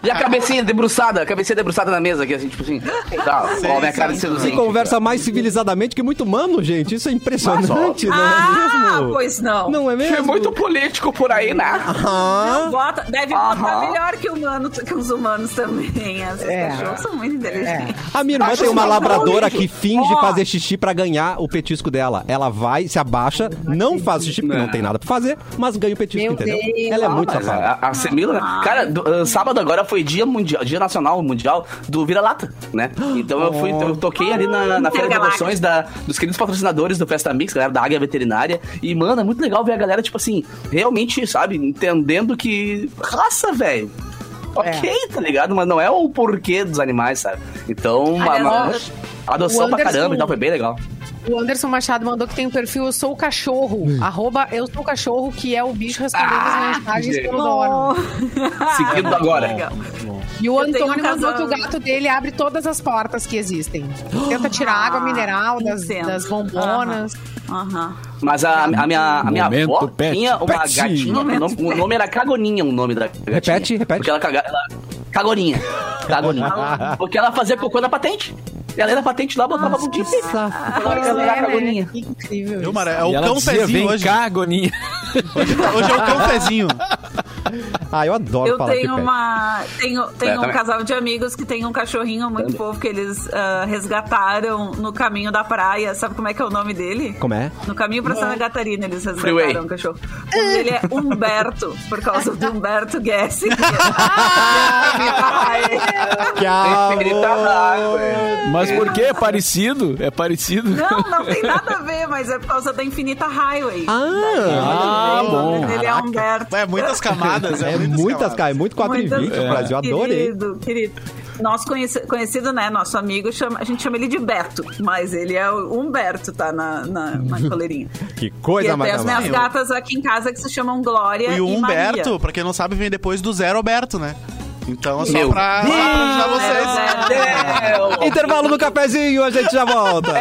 E a cabecinha debruçada, a cabecinha debruçada na mesa aqui, assim, tipo assim. Tá, ó, minha cara de Se seduzente. conversa mais civilizadamente que muito humano, gente. Isso é impressionante, não é Ah, mesmo? pois não. Não é mesmo? É muito político por aí, né? Ah, Bota, deve Aham. botar melhor que, humano, que os humanos também. Essas É. cachorros são muito inteligentes. a minha irmã Acho tem uma isso labradora bonito. que finge Ó. fazer xixi pra ganhar o petisco dela. Ela vai, se abaixa, não faz xixi porque não tem nada pra fazer, mas ganha o petisco, Meu entendeu? Deus. Ela é muito Mas safada. a, a Semila, né? Cara, do- ah, sábado agora foi dia mundial, dia nacional mundial do vira-lata, né? Então eu fui, eu toquei ali na, na- na feira de Intergaláctico. emoções da, dos queridos patrocinadores do Festa Mix, galera da Águia Veterinária. E, mano, é muito legal ver a galera, tipo assim, realmente, sabe, entendendo que raça, velho. Ok, tá ligado? Mas não é o porquê dos animais, sabe? Então, a, Aliás, a- adoção o pra Anderson- caramba e tal, foi bem legal. O Anderson Machado mandou que tem um perfil Eu Sou o Cachorro. Arroba Eu Sou o Cachorro, que é o bicho respondendo Ah, as mensagens gente. pelo dono. Seguindo agora. Legal. E o Eu tenho Antônio um mandou que o casal. gato dele abre todas as portas que existem. Tenta tirar Ah, água mineral das, entendo. das bombonas. Ah, Aham. Mas a, a minha, a minha Momento avó pet. tinha uma Pet. gatinha. O nome, o nome era Cagoninha, o nome da gatinha. Repete, repete. Porque ela cagava. Ela... Cagoninha. Cagoninha. porque ela fazia cocô na patente. Ela era patente lá, botava no dip. Ela Pois era é, né? cagoninha. Que incrível. Viu, isso. Mara? É o E ela cão dizia, pezinho vem hoje. cá, Goninha. Hoje é o cão pezinho. Ah, eu adoro Eu falar que tenho pede. uma. Tenho, tenho É, um também. casal de amigos que tem um cachorrinho muito fofo que eles ah, resgataram no caminho da praia. Sabe como é que é o nome dele? Como é? No caminho pra Santa Catarina, eles resgataram Freeway. um cachorro. O nome dele é Humberto, por causa do Humberto Guess. Que é Perfeita amor. água, é. Mas por quê? É parecido? É parecido? não, não tem nada a ver, mas é por causa da Infinita Highway. Ah, Ah, O nome bom. dele é Humberto. É muitas camadas. É, é muitas, cara. É muito 4,20 Muitas- o Brasil. Adorei. Querido, querido. Nosso conheci- conhecido, né? Nosso amigo, chama- a gente chama ele de Beto, mas ele é o Humberto, tá? Na, na, na coleirinha. Que é, e coisa eu tenho mais as minhas amada. gatas aqui em casa que se chamam Glória e, E o Humberto, Maria. pra quem não sabe, vem depois do Zero Alberto, né? Então é só Meu pra, só pra ajudar É, vocês. Zero, zero. Meu Intervalo no cafezinho, a gente já volta.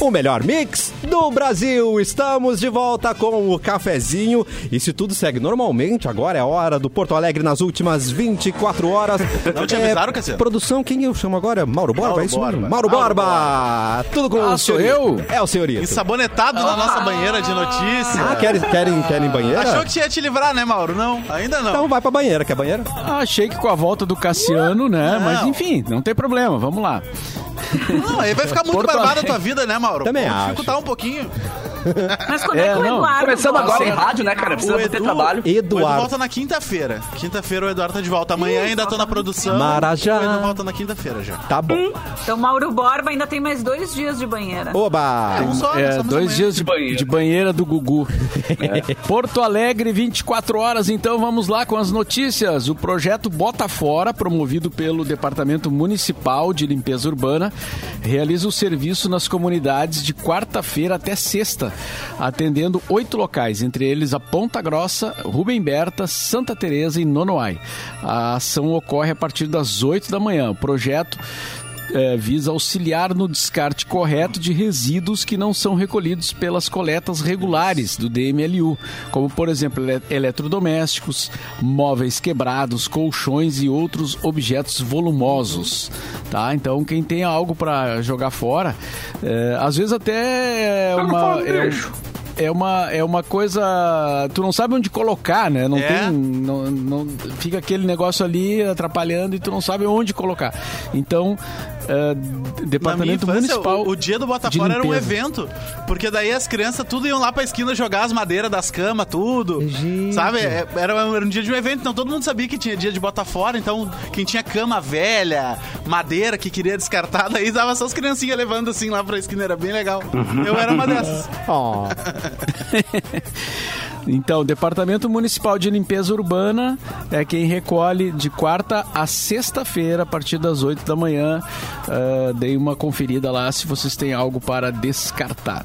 O melhor mix do Brasil. Estamos de volta com o cafezinho. E se tudo segue normalmente, agora é a hora do Porto Alegre nas últimas 24 horas. É, Não te avisaram, Cassiano? Produção, quem eu chamo agora? Mauro Borba, Mauro é isso mesmo? Borba. Mauro Mauro Borba. Tudo com Ah, o sou senhorito. eu? É o senhorito. Ensabonetado na nossa banheira de notícias. Ah, querem, querem, querem banheira? Achou que ia te livrar, né, Mauro? Não, ainda não. Então vai pra banheira, quer banheira? Ah, Achei que com a volta do Cassiano, né? Mas enfim, não tem problema, vamos lá. Não, aí vai ficar muito Porto barbada a Alegre. tua vida, né, Mauro? Também Vamos acho. dificultar um pouquinho. Mas quando é, É, que o não. Eduardo. Começando volta? agora em rádio, né, cara? Precisa ter trabalho. o Edu Eduardo. volta na quinta-feira. Quinta-feira o Eduardo tá de volta. Amanhã ainda tô na produção. Marajá. O Edu volta na quinta-feira já. Tá bom. Hum? Então, Mauro Borba ainda tem mais dois dias de banheira. Oba! Um só, É, só mais dois amanhã. dias de, De banheira. de banheira do Gugu. É. Porto Alegre, 24 horas, então vamos lá com as notícias. O projeto Bota Fora, promovido pelo Departamento Municipal de Limpeza Urbana, realiza o serviço nas comunidades de quarta-feira até sexta, atendendo oito locais, entre eles a Ponta Grossa, Rubem Berta, Santa Teresa e Nonoai. A ação ocorre a partir das 8 da manhã. O projeto eh, visa auxiliar no descarte correto de resíduos que não são recolhidos pelas coletas regulares do DMLU, como, por exemplo, ele- eletrodomésticos, móveis quebrados, colchões e outros objetos volumosos. Tá? Então, quem tem algo para jogar fora, eh, às vezes até é uma. é um- é uma, é uma coisa. Tu não sabe onde colocar, né? Não É. tem. Não, não- fica aquele negócio ali atrapalhando e tu não sabe onde colocar. Então, Na eh, minha Departamento infância, Municipal. o, o dia do Botafogo de era um limpeza. evento. Porque daí as crianças tudo iam lá pra esquina jogar as madeiras das camas, tudo. Sabe? É, Era, um- era um dia de um evento, então todo mundo sabia que tinha dia de Botafogo. Então, quem tinha cama velha, madeira que queria descartar, daí dava só as criancinhas levando assim lá pra esquina. Era bem legal. Uhum. Eu era uma dessas. Ó. Então, o Departamento Municipal de Limpeza Urbana é quem recolhe de quarta a sexta-feira, a partir das 8 da manhã. Ah, Deem uma conferida lá se vocês têm algo para descartar.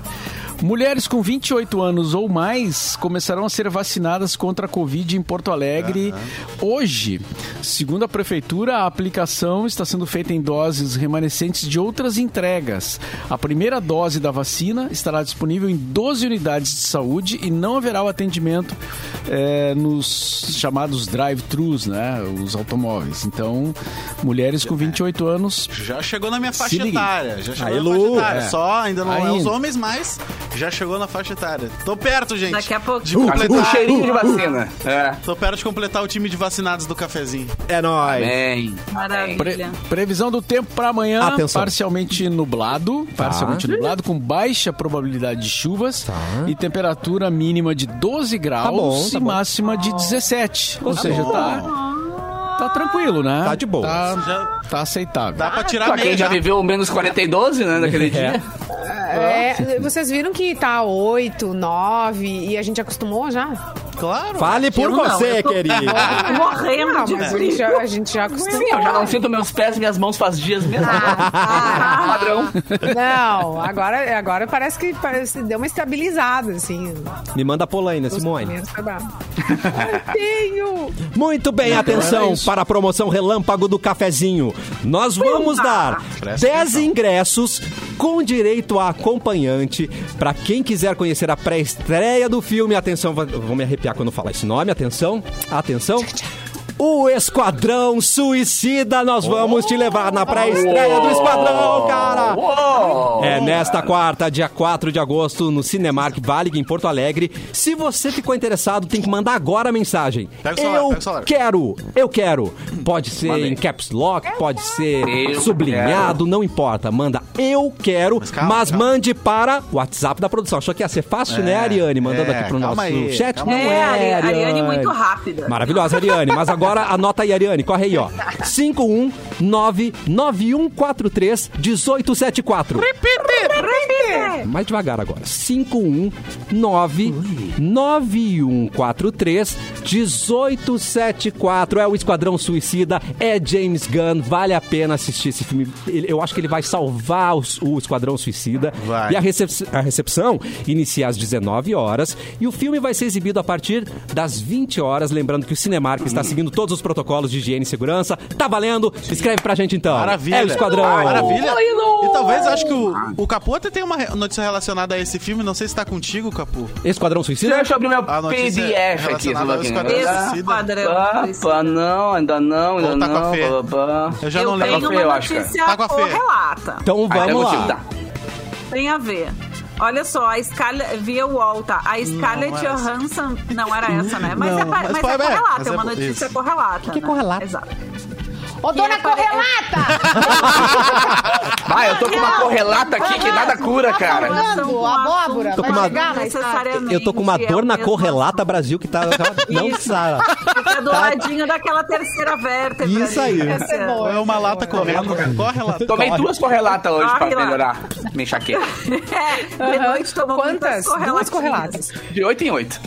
Mulheres com 28 anos ou mais começarão a ser vacinadas contra a Covid em Porto Alegre hoje. Segundo a Prefeitura, a aplicação está sendo feita em doses remanescentes de outras entregas. A primeira dose da vacina estará disponível em 12 unidades de saúde e não haverá o atendimento eh, nos chamados drive-thrus, né? Os automóveis. Então, mulheres com 28 anos. Já chegou na minha faixa Se liga. etária. Já chegou Aí, na Lu. faixa etária. É. Só ainda não é os Ainda. homens, mas já chegou na faixa etária. Tô perto, gente. Daqui a pouco. De Mas com um completar. cheirinho de vacina. É. Tô perto de completar o time de vacinados do cafezinho. É nóis. Bem. Pre- Maravilha. previsão do tempo para amanhã, Atenção. Tá. parcialmente nublado, parcialmente nublado, com baixa probabilidade de chuvas e temperatura mínima de 12 graus bom, tá e bom. máxima de 17. Ou seja, tá, tá tranquilo, né? Tá de boa. Tá, Já tá aceitável. dá Ah, pra tirar Pra meia quem já já. viveu um menos 40 e 12, né, naquele dia. É, vocês viram que tá 8, 9 e a gente acostumou já? Claro. Fale por Eu não, você, eu tô- querida. Tô Morrendo Ah, de mas a gente frio. já, a gente já acostumou. Sim, eu já não sinto meus pés e minhas mãos faz dias mesmo. Padrão. Não, agora, agora parece que parece, deu uma estabilizada, assim. Me manda a Polaina, nos Simone. primeiros trabalhos. Eu tenho! Muito bem, é atenção para a promoção Relâmpago do Cafezinho. Nós vamos dar 10 ingressos com direito a acompanhante para quem quiser conhecer a pré-estreia do filme. Atenção, va- vou me arrepiar quando falar esse nome. Atenção, atenção. O Esquadrão Suicida, nós vamos te levar na pré-estreia do Esquadrão, cara! Uou! É nesta quarta, dia 4 de agosto, no Cinemark Valig, em Porto Alegre. Se você ficou interessado, tem que mandar agora a mensagem. Pega o celular, eu pega o celular. quero, eu quero. Pode ser em caps lock, pode ser Eu sublinhado, não importa. Manda eu quero, mas, Mas calma, calma. mande para o WhatsApp da produção. Achou que ia ser fácil, né, Ariane? Mandando é, aqui pro calma nosso aí, chat. calma Não aí. É, Ari- Ariane muito rápida. Maravilhosa, Ariane. Mas agora anota aí, Ariane. Corre aí, ó. 519-9143-1874. Mais devagar agora. um 519-9143-1874. É o Esquadrão Suicida, é James Gunn. Vale a pena assistir esse filme. Ele- Eu acho que ele vai salvar os- o, Esquadrão Suicida. Vai. E a, recep- a recepção inicia às 19 horas. E o filme vai ser exibido a partir das 20 horas. Lembrando que o Cinemark está seguindo todos os protocolos de higiene e segurança. Tá valendo? Escreve pra gente então. Maravilha. Ah, É o Esquadrão. Maravilha. E talvez acho que o, o Capu até tem uma re- notícia relacionada a esse filme. Não sei se tá contigo, Capu. Esquadrão Suicida? Deixa eu abrir meu A notícia é PDF aqui. né? relacionada aos quadrinhos. Esse Suicida. esquadrão. Ah, Opa, não, ainda não, ainda Ou tá com a não. Fê. pá, pá, pá. Eu já não eu lembro. tenho Eu uma acho, cara. notícia Tá com a Fê. correlata. Então Ah, então eu vamos vou lá. te dar. Tem a ver. Olha só, a Scarlett via Wall, tá? A Scarlett era essa. Johansson não era essa, né? Mas Não, é, pa- mas mas é foi- é, correlata, mas é é uma bo- notícia isso. correlata. O que é correlata? Exato. Ô, E dona ele é. pare- Correlata! Ah, eu tô com uma correlata aqui que nada cura, é cara. Falando, abóbora, Tô com vai uma- chegar na estátua. Necessariamente Eu tô com uma é dor o na mesmo correlata Brasil que tá. Não, Sara. assunto. Fica do ladinho daquela terceira vértebra. Isso ali, aí. né, Luciano? Ou é uma lata correndo. Corre lá. Tomei duas correlatas hoje pra Correlata. melhorar. Me enxaqueca. É, de noite tomou Quantas? muitas Duas correlatinhas. correlatas. De 8 em 8.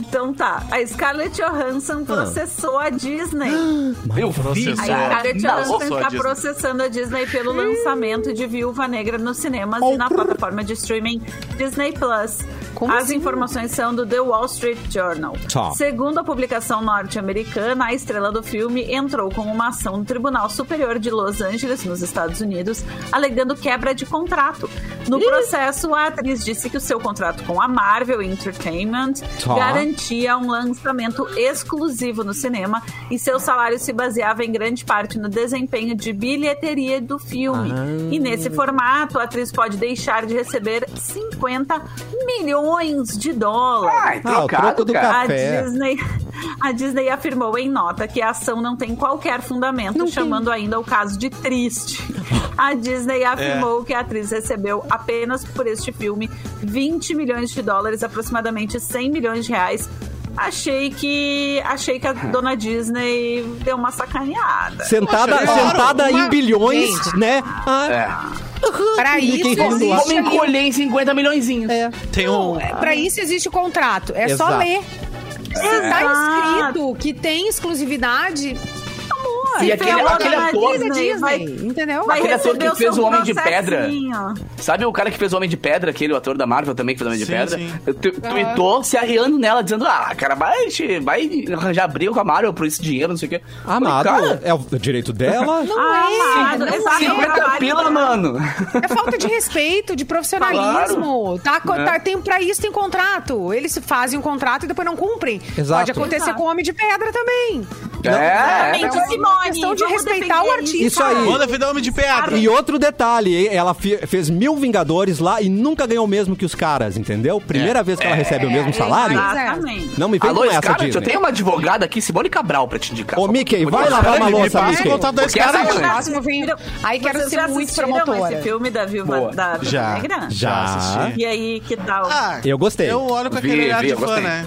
Então tá, a Scarlett Ah. Johansson processou a Disney. Eu vi, A cara. Scarlett Não, Johansson só a está Disney. processando a Disney pelo lançamento de Viúva Negra nos cinemas e na plataforma de streaming Disney Plus. Como As assim? informações são do The Wall Street Journal. Tá. Segundo a publicação norte-americana, a estrela do filme entrou com uma ação no Tribunal Superior de Los Angeles, nos Estados Unidos, alegando quebra de contrato. No processo, a atriz disse que o seu contrato com a Marvel Entertainment Tá. garantia um lançamento exclusivo no cinema e seu salário se baseava em grande parte no desempenho de bilheteria do filme. E nesse formato, a atriz pode deixar de receber 50 milhões de dólares. Ai, Ah, o trocado, troco do cara. café. A Disney, a Disney afirmou em nota que a ação não tem qualquer fundamento, chamando ainda o caso de triste. A É. Disney afirmou que a atriz recebeu apenas por este filme 20 milhões de dólares, aproximadamente 100 milhões de reais. Achei que achei que a dona Disney deu uma sacaneada. Sentada, Poxa, claro, sentada uma- em bilhões, Gente. né? Ah, É. Pra E isso, quem faz lá? Vamos existe, um- encolher em 50 milhõeszinhos. É. Tem um. pra isso existe o contrato. É só Exato. ler. Se tá Exato. escrito que tem exclusividade, E Se aquele, ferrou aquele na ator. né? é da Disney, vai- entendeu? Vai Aquele ator É que receber fez seu o Homem de Pedra. processinho. Sabe o cara que fez o Homem de Pedra, aquele o ator da Marvel também que fez o Homem de Sim, Pedra? sim. Tu, Tweetou se arriando nela, dizendo: Ah, cara, vai, te- vai arranjar briga com a Marvel por esse dinheiro, não sei o quê. Amado, Falei, cara, é o direito dela. Ah, amado, exato, não é um 50 trabalho pila, pra- mano. É falta de respeito, de profissionalismo. Tá, co- Né? tá, tem, pra isso tem contrato. Eles fazem um contrato e depois não cumprem. Exato. Pode acontecer Exato. com o homem de pedra também. Então, é, Exatamente. é. Simone, questão de vamos respeitar o defender artista. Isso aí. Manda vida homem de pedra. E outro detalhe, ela fi- fez mil Vingadores lá e nunca ganhou o mesmo que os caras, entendeu? Primeira vez que ela recebe o mesmo é, Ah, salário. exato. Exatamente. Não me vem Alô, com essa, Scarlett, eu Disney. tenho uma advogada aqui, Simone Cabral, pra te indicar. Ô, Mickey, Porque vai eu- lavar uma Caralho, me louça, passa o Mickey. contato desse Porque essa cara. é gente. Assim a Próximo vem- Aí quero Vocês ser já muito assistiram promotora. esse filme da Viúva Boa. da Viúva Já. Negra? Já. assisti. E aí, que tal? Ah, Eu gostei. Eu olho com Vi, aquele olhar vi, de eu fã, gostei. né?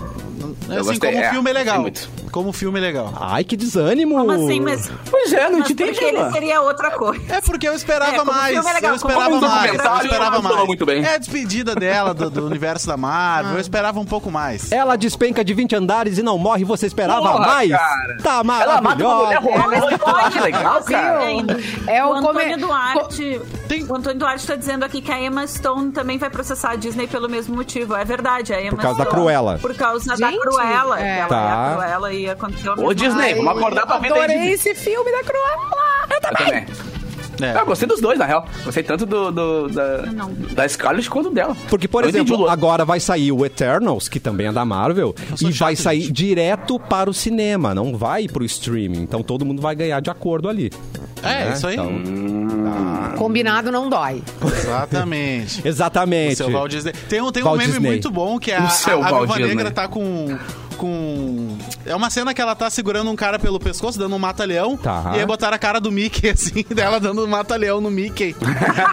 Assim, gostei, como é, filme é legal. gostei Como filme é legal. Ai, que desânimo. Como assim, mas... Pois é, não mas te porque entendi, ele mano. seria outra coisa. É porque eu esperava É, como mais. filme é legal, eu esperava como um mais. Eu documentário, esperava não mais. falou muito bem. É a despedida dela do, do universo da Ah. Marvel. Eu esperava um pouco mais. É. Ela despenca de 20 andares e não morre, você esperava Porra, mais? cara. Tá Ela mata uma mulher maravilhosa. rolando. É, Que legal, cara. É É o o, come- Antônio Duarte. Tem- O Antônio Duarte tá dizendo aqui que a Emma Stone também vai processar a Disney pelo mesmo motivo. É verdade, a Emma causa da Stone- Cruella. Por causa da Gente, Cruella. é. Ela Tá. é a Cruella e aconteceu a Ô, mesma Disney, vamos acordar pra né? vida aí. Adorei Disney. esse filme da Cruella. Eu Eu também. É. Eu gostei dos dois, na real. Gostei tanto do, do- da, não. da Scarlett quanto dela. Porque, por Eu entendi o exemplo, Lua. agora vai sair o Eternals, que também é da Marvel, Então e vai sair direto para o cinema, não vai pro streaming. Então todo mundo vai ganhar de acordo ali. É, né? isso aí. Então, Combinado não dói. Exatamente. exatamente. O seu Walt Disney. Tem um, tem Walt um meme Disney. muito bom que é a, O seu a, a Walt Viúva Disney. Negra tá com. Com. É uma cena que ela tá segurando um cara pelo pescoço, dando um mata-leão. Tá. E aí botaram a cara do Mickey, assim, dela dando um mata-leão no Mickey.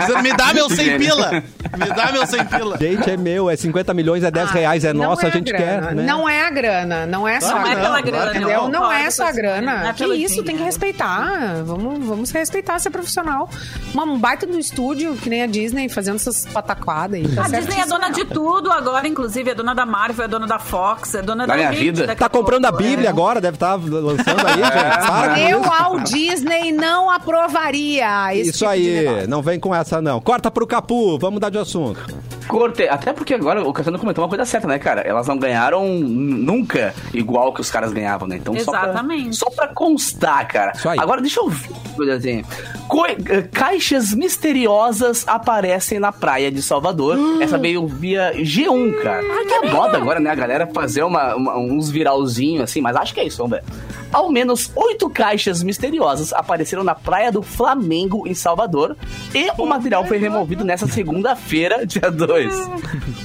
Dizendo, me dá meu 100 pila! Me dá meu 100 pila! Gente, é meu, é 50 milhões, é 10 Ah, reais, é não nossa, a é gente grana. quer, né? Não é a grana, não é só Não a Não é grana. pela Não, grana, entendeu? eu Entendeu? Não concordo é só a com essa menina, não grana. é Que pelo isso, tem que dinheiro. respeitar. Vamos, vamos respeitar ser profissional. Uma um baita do estúdio, que nem a Disney, fazendo essas pataquadas aí. Tá A Disney é certíssimo. dona de tudo agora, inclusive. É dona da Marvel, é dona da Fox, é dona Da da, minha Disney, vida. daqui Tá comprando a pouco, Bíblia né? é. agora, deve estar lançando É, aí, gente. Para com Eu isso. ao Disney não aprovaria esse Isso tipo de aí, negócio. não vem com essa não. Corta pro Capu, vamos mudar de assunto. Corte. Até porque agora o Cassiano comentou uma coisa certa, né, cara? Elas não ganharam n- nunca igual que os caras ganhavam, né? Então, Exatamente. Só pra, só pra constar, cara. Isso aí. Agora, deixa eu ver uma coisa assim. Co- eh, caixas misteriosas aparecem na praia de Salvador. Ah! Essa veio via G1, cara. é moda agora, né? A galera fazer uma- uma- uns viralzinhos assim, mas acho que é isso, vamos ver. Ao menos oito caixas misteriosas apareceram na praia do Flamengo, em Salvador, e o material foi removido nessa segunda-feira, dia Ah. 2.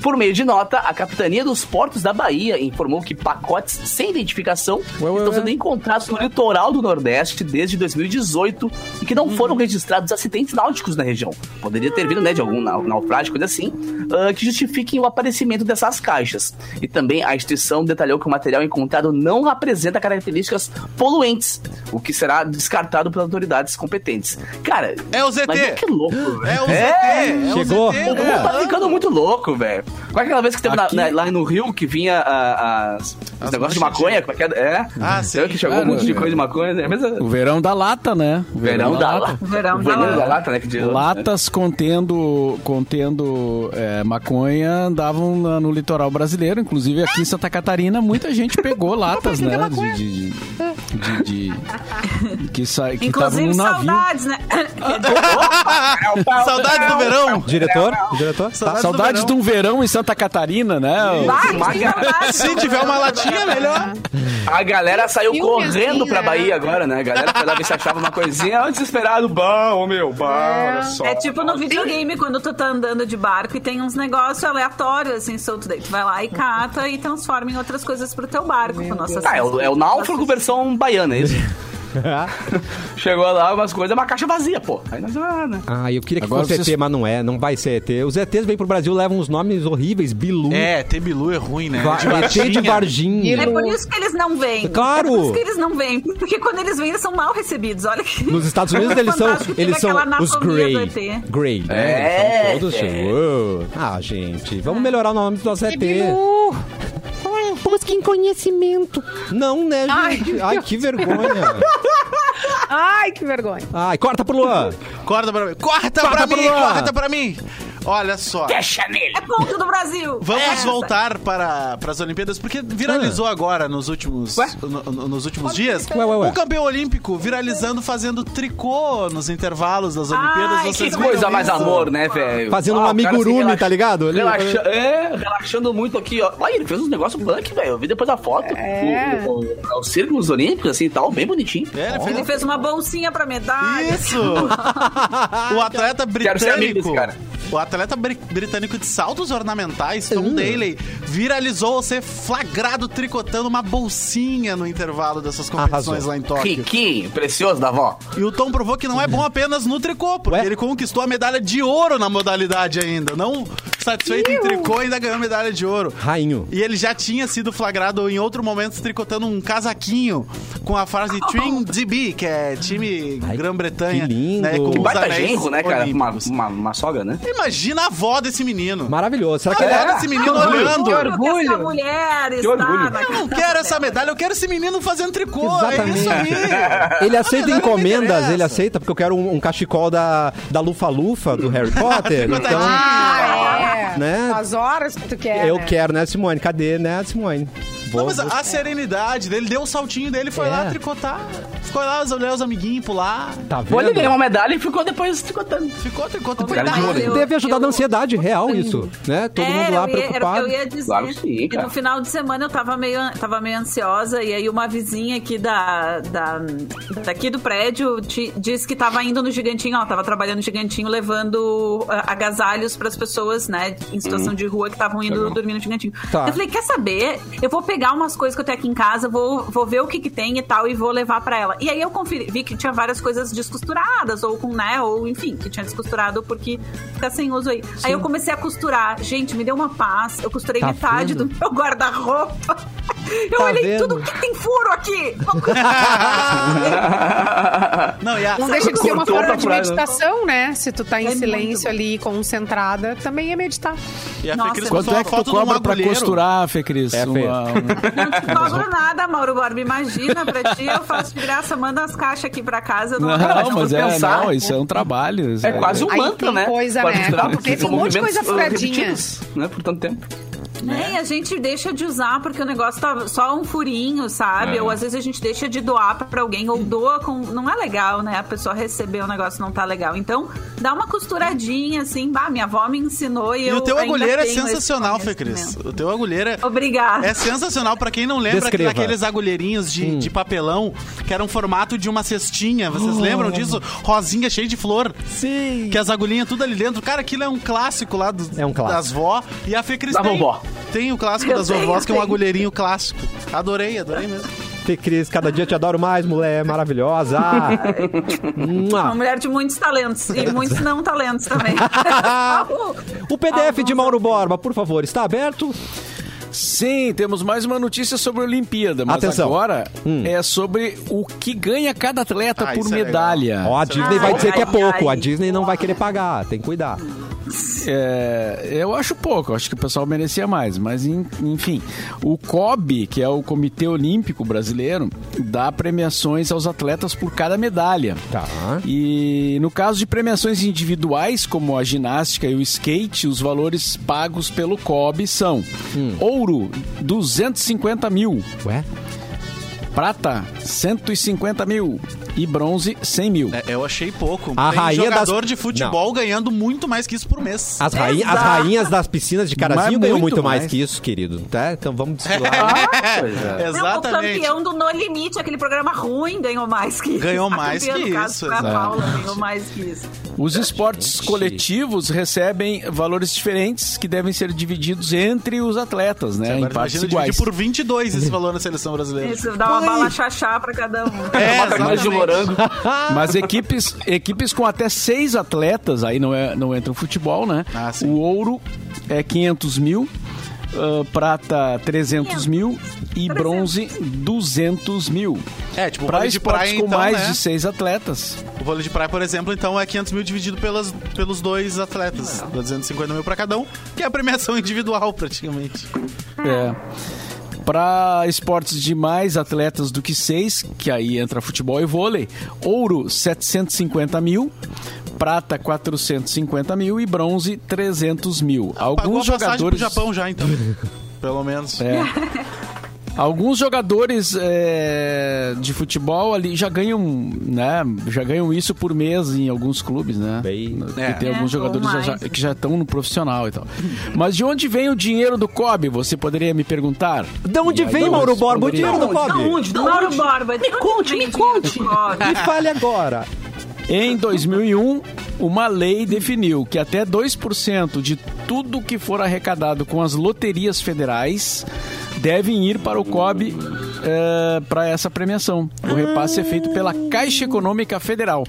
Por meio de nota, a Capitania dos Portos da Bahia informou que pacotes sem identificação Ué, ué, estão ué. sendo encontrados no litoral do Nordeste desde 2018 e que não Uhum. foram registrados acidentes náuticos na região. Poderia ter vindo, né, de algum nau- naufrágio, coisa assim, ah, que justifiquem o aparecimento dessas caixas. E também a instituição detalhou que o material encontrado não apresenta características poluentes, o que será descartado pelas autoridades competentes. Cara, É o mas ZT! que louco, velho. É o ZT! É. É o Chegou. ZT! O mundo tá ficando muito louco, velho. Qual é aquela vez que teve na- Aqui- na- lá no Rio que vinha a- as, os As negócios manchetes. de maconha? Como é que é? É. Ah, Então, sim. Que chegou um Claro, monte de é. coisa de maconha. né? Mas, é, O verão da lata, né? O verão da lata. Verão O da verão da lata. lata, né? Que diz, Latas contendo, contendo é, maconha andavam na- no litoral brasileiro, inclusive aqui em Santa Catarina, muita gente pegou latas, né? De, de, de- de- que sa, que estavam Inclusive, no navio. saudades, né? Saudades do verão. Diretor? Diretor? Tá, saudades de verão. um verão em Santa Catarina, né? Bah, que Magra. saudade. Se tiver uma é latinha, né? melhor. A galera saiu E o correndo Mesquinha, pra né? Bahia agora, né? A galera foi lá ver se achava uma coisinha. Ah, desesperado. Bah, ô meu, bah, olha só. É tipo no videogame, quando tu tá andando de barco e tem uns negócios aleatórios, assim, solto daí. Tu vai lá e cata e transforma em outras coisas pro teu barco, pro nosso Tá, é o, é o náufrago versão baiana, é isso. Chegou lá, umas coisas, uma caixa vazia, pô. Aí nós, ah, né? Ah, eu queria que Agora fosse vocês- ET, mas não é. Não vai ser ET. Os ETs vêm pro Brasil, levam uns nomes horríveis. Bilu. É, ter bilu é ruim, né? Va- De ET de Varginha. É Varginha. por isso que eles não vêm. Claro. É por isso que eles não vêm. Porque quando eles vêm, eles são mal recebidos. Olha que. Nos Estados Unidos eles são, Fantástico, eles fica são aquela os anatomia Grey. do ET. Grey, né? É, Eles são todos é. assim, uou. Ah, gente, vamos melhorar o nome do nosso ET. Bilu. Busque em conhecimento. Não, né, Ai, gente? meu Ai, que vergonha. Ai, que vergonha. Ai, corta pro Luan. Corta pra mim. Corta, pra pro mim, Luan. corta pra mim. Olha só. Fecha nele! É ponto do Brasil. Vamos Essa. voltar para, para as Olimpíadas, porque Ah. viralizou agora nos últimos, Ué? no- no- nos últimos dias Ué, ué, ué. o campeão olímpico viralizando fazendo tricô nos intervalos das Olimpíadas. Ai, Vocês Que viram coisa isso? mais amor, né, velho? Fazendo um o cara amigurumi, relaxa- tá ligado? Ele- Relaxa, é, relaxando muito aqui, ó. Olha, ele fez uns negócios punk, velho. Eu vi depois a foto. É. O, o, o- os círculos olímpicos, assim e tal, bem bonitinho. É, ele fez- Ele fez uma bolsinha pra medalha. Isso! o atleta Quero ser amigo britânico. desse cara. O atleta bri- britânico de saltos ornamentais, Tom Hum. Daley, viralizou ao ser flagrado tricotando uma bolsinha no intervalo dessas competições Arrasou. lá em Tóquio. Riquinho, precioso da avó. E o Tom provou que não é bom apenas no tricô, porque Ué? ele conquistou a medalha de ouro na modalidade ainda. Não satisfeito em tricô, ainda ganhou a medalha de ouro. Rainho. E ele já tinha sido flagrado em outro momento tricotando um casaquinho com a frase Team DB, que é time Ai, Grã-Bretanha. que lindo. Né, com Que os Baita anéis genro, né, cara? Uma, olímpicos. uma, uma sogra, né? Imagina a avó desse menino. Maravilhoso. Será que a ele avó É. era? desse menino Que olhando. orgulho Que essa orgulho. mulher está orgulho. na Eu não casa quero essa dela. medalha, eu quero esse menino fazendo tricô. É isso Exatamente. aí. é? Ele A aceita medalha não encomendas, interessa. ele aceita, porque eu quero um, um cachecol da, da Lufa Lufa, do Harry Potter. então, tá Ah, é. Né? As horas que tu quer. eu né? quero, né, Simone? Cadê, né, Simone? Vou- Não, mas a serenidade dele, deu um saltinho dele, foi É. lá tricotar. Ficou lá, olhar os amiguinhos pular. Tá vendo? Pô, ele ganhou uma medalha e ficou depois tricotando. Ficou tricotando. Cara de ouro. Eu- Deve ajudar eu- na ansiedade, real isso, né? Todo É, mundo lá eu ia- era o preocupado. que eu ia dizer. Claro que sim, E cara. no final de semana eu tava meio, tava meio ansiosa e aí uma vizinha aqui da, da, daqui do prédio ti- disse que tava indo no gigantinho, ó, tava trabalhando no gigantinho, levando ah, agasalhos pras pessoas, né, em Uhum. situação de rua que estavam indo dormir no gigantinho. Tá. Eu falei, quer saber? Eu vou pegar umas coisas que eu tenho aqui em casa, vou, vou ver o que que tem e tal e vou levar pra ela. E aí eu conferi, vi que tinha várias coisas descosturadas ou com, né, ou enfim, que tinha descosturado porque fica sem uso aí. Aí eu comecei a costurar. Gente, me deu uma paz. Eu costurei Tá metade vendo? do meu guarda-roupa. Eu Tá olhei vendo? tudo que tem furo aqui. Ah, Não, e a, Não deixa de ser uma Cortou forma outra de frase. meditação, né? Se tu tá em É muito silêncio bom. ali, concentrada, também é meditar. e a Fê Nossa. Cris Quanto postou é uma que tu foto de um cobra pra agulheiro. costurar, Fê Cris? É, Fê. Uma- um- Não te cobro nada, Mauro Borba. Imagina pra ti. Eu faço de graça, manda as caixas aqui pra casa. Eu não, Não, mas é, pensar. não, isso é um trabalho. isso É quase um Aí mantra, tem né? coisa, Para né? tirar, Porque porque são tem um monte de coisa assim, movimentos, eh, furadinha. repetidos, Né? Por tanto tempo. né? É, e a gente deixa de usar porque o negócio tá só um furinho, É. sabe? Ou às vezes a gente deixa de doar pra alguém ou doa com. Não é legal, né? A pessoa receber o negócio não tá legal. Então, dá uma costuradinha assim. Bah, minha avó me ensinou e, E eu. o teu ainda agulheiro é tenho esse sensacional, Fê Cris. conhecimento. O teu agulheiro é... Obrigada. É sensacional, pra quem não lembra, Descreva. aqueles agulheirinhos de, de papelão que eram um formato de uma cestinha. Vocês lembram disso? Rosinha cheia de flor. Sim. Que as agulhinhas tudo ali dentro. Cara, aquilo é um clássico lá do- É um clássico. das vó. E a Fê Cris Da tem, vovó. tem o clássico Eu das tenho, vovós, que é um tenho. agulheirinho clássico. Adorei, adorei mesmo. Fê Cris, cada dia te adoro mais, mulher maravilhosa. Uma Mua. mulher de muitos talentos e muitos não talentos também. o PDF de Mauro Borba, por favor, está aberto? Sim, temos mais uma notícia sobre a Olimpíada, mas Atenção. agora Hum. é sobre o que ganha cada atleta Ah, por isso é medalha. Ó, a Disney vai dizer que é ai, pouco. A ai. Disney não vai querer pagar, tem que cuidar. É, eu acho pouco, acho que o pessoal merecia mais, mas en- enfim. O COB, que é o Comitê Olímpico Brasileiro, dá premiações aos atletas por cada medalha. Tá. E no caso de premiações individuais, como a ginástica e o skate, os valores pagos pelo COB são: Hum. ouro, 250 mil, Ué? prata, 150 mil e bronze, 100 mil. É, eu achei pouco. A Tem rainha das- jogador de futebol ganhando muito mais que isso por mês. As, rainha- as rainhas das piscinas de Carazinho Mas ganham muito muito mais. mais. que isso, querido. Tá? Então vamos desfilar. é. Não, o é. Exatamente. campeão do No Limite, aquele programa ruim, ganhou mais que isso. Ganhou A mais campeã, que no caso, isso, foi a exato. Paula, ganhou mais que isso. tá, Os esportes coletivos recebem valores diferentes que devem ser divididos entre os atletas, né? em Agora partes imagina iguais. dividir por 22 esse valor na seleção brasileira. Isso dá uma bala chachá pra cada um. É, mais de exatamente. morango. Mas equipes, equipes com até seis atletas, aí não, é, não entra o futebol, né? Ah, sim. o ouro é 500 mil, ah, prata 300 mil e bronze 200 mil. É, tipo, o Para vôlei de praia, esportes com então, mais né? de seis atletas. O vôlei de praia, por exemplo, então é 500 mil dividido pelas, pelos dois atletas. Dá 250 mil pra cada um, que é a premiação individual, praticamente. É. Para esportes de mais atletas do que seis, que aí entra futebol e vôlei, ouro 750 mil, prata 450 mil e bronze 300 mil. Pagou Alguns a passagem jogadores. pro Japão já, então. Pelo menos. É. Alguns jogadores é, de futebol ali já ganham, né? Já ganham isso por mês em alguns clubes, né? Bem- Que É. tem É, alguns ou jogadores já- já- mais. que já estão no profissional e tal. Mas de onde vem o dinheiro do COB? Você poderia me perguntar? De onde E aí vem, eu Mauro Borba, o responderia. dinheiro do Cobb? Mauro Borba, então Me conte, me conte. Me fale agora. Em 2001, uma lei definiu que até 2% de tudo que for arrecadado com as loterias federais devem ir para o COB eh, para essa premiação. Ah. O repasse é feito pela Caixa Econômica Federal.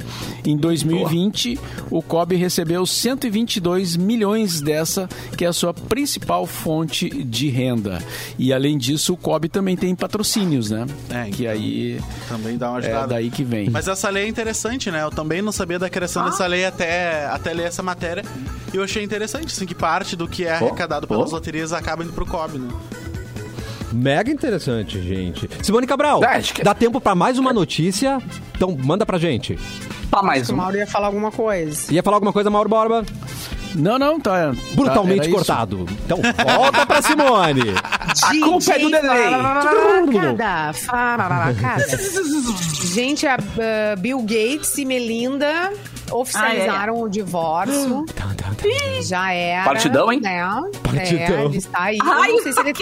Em 2020, o COB recebeu 122 milhões dessa, que é a sua principal fonte de renda. E além disso, o COB também tem patrocínios, né? É, que então, aí Também dá uma é ajudada. daí que vem. Mas essa lei é interessante, né? Eu também não sabia da criação Ah. dessa lei até, até ler essa matéria. E eu achei interessante, assim, que parte do que é arrecadado pelas loterias acaba indo pro COB, né? Mega interessante, gente. Simone Cabral, Ah, Dá, acho que- dá tempo pra mais uma notícia? Então manda pra gente. Pra mais O um. Mauro ia falar alguma coisa. Ia falar alguma coisa, Mauro Borba? Não, não, tá. tá, era Brutalmente isso. cortado. Então volta pra Simone. A culpa é do delay. Fararacada, fararacada. Gente, a uh, Bill Gates e Melinda Ah, é, oficializaram o divórcio. Já era. Partidão, hein? Né? Partidão. É, ele está aí. Eu Ai, não sei se ele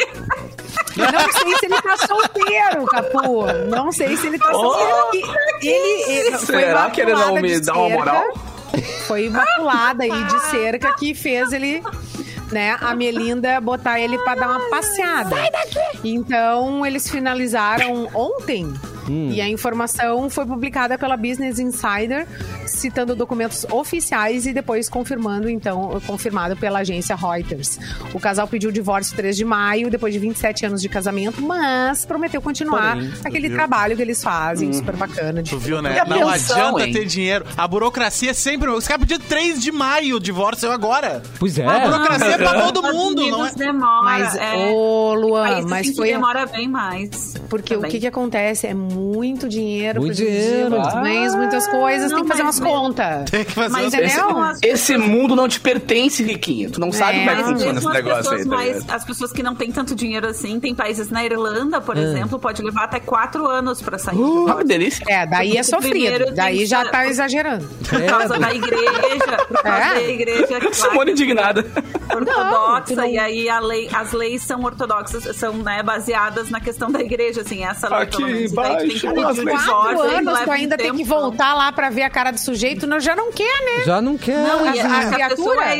Não sei se ele tá solteiro, Capu. Não sei se ele Oh. tá solteiro. E Ele, ele- foi Será que ele não imaculada me de dá uma cerca. moral? Foi imaculada aí de cerca que fez ele, né, a Melinda botar ele pra dar uma passeada. Sai daqui! Então, eles finalizaram ontem. E a informação foi publicada pela Business Insider, citando documentos oficiais e depois confirmando, então, confirmado pela agência Reuters. O casal pediu o divórcio 3 de maio, depois de 27 anos de casamento, mas prometeu continuar aquele trabalho que eles fazem, super bacana. Tu De... viu, E né? a Não pensão, adianta hein? ter dinheiro. A burocracia é sempre. Os caras pediram 3 de maio o divórcio, eu agora. Pois é. A burocracia é tá pra todo Estados mundo, não é? Unidos demora, Mas, é. ô Luan, Países assim mas que foi... um demora bem mais. Tá Porque também. o que, que acontece? É muito dinheiro, Muito pro dividir, dinheiro. muitos bens, muitas coisas, Não, tem que fazer mas- umas contas. Tem que fazer umas- Mas é Esse, Não. esse mundo não te pertence, Riquinha. Tu não sabe como é que Mas funciona mesmo esse as negócio pessoas, aí, tá mais, ligado? as pessoas que não têm tanto dinheiro assim, tem países na Irlanda, por exemplo, pode levar até quatro anos pra sair. do Ah, que divórcio. delícia. É, daí é O primeiro sofrido. tem Daí que já ser- tá exagerando. Por causa da igreja, por causa É? da igreja Simone indignada. ortodoxa, Não, tu não- e aí a lei- as leis são ortodoxas, são né, baseadas na questão da igreja, assim, essa lei Aqui, pelo menos, e vai, daí tem que Pô, pedir o quatro divórcio. anos, leva tu um ainda tem que tempo. voltar lá pra ver a cara do sujeito, não, já não quer, né? Já não quer. Não, Não, e Mas uma a, se a pessoa criatura? é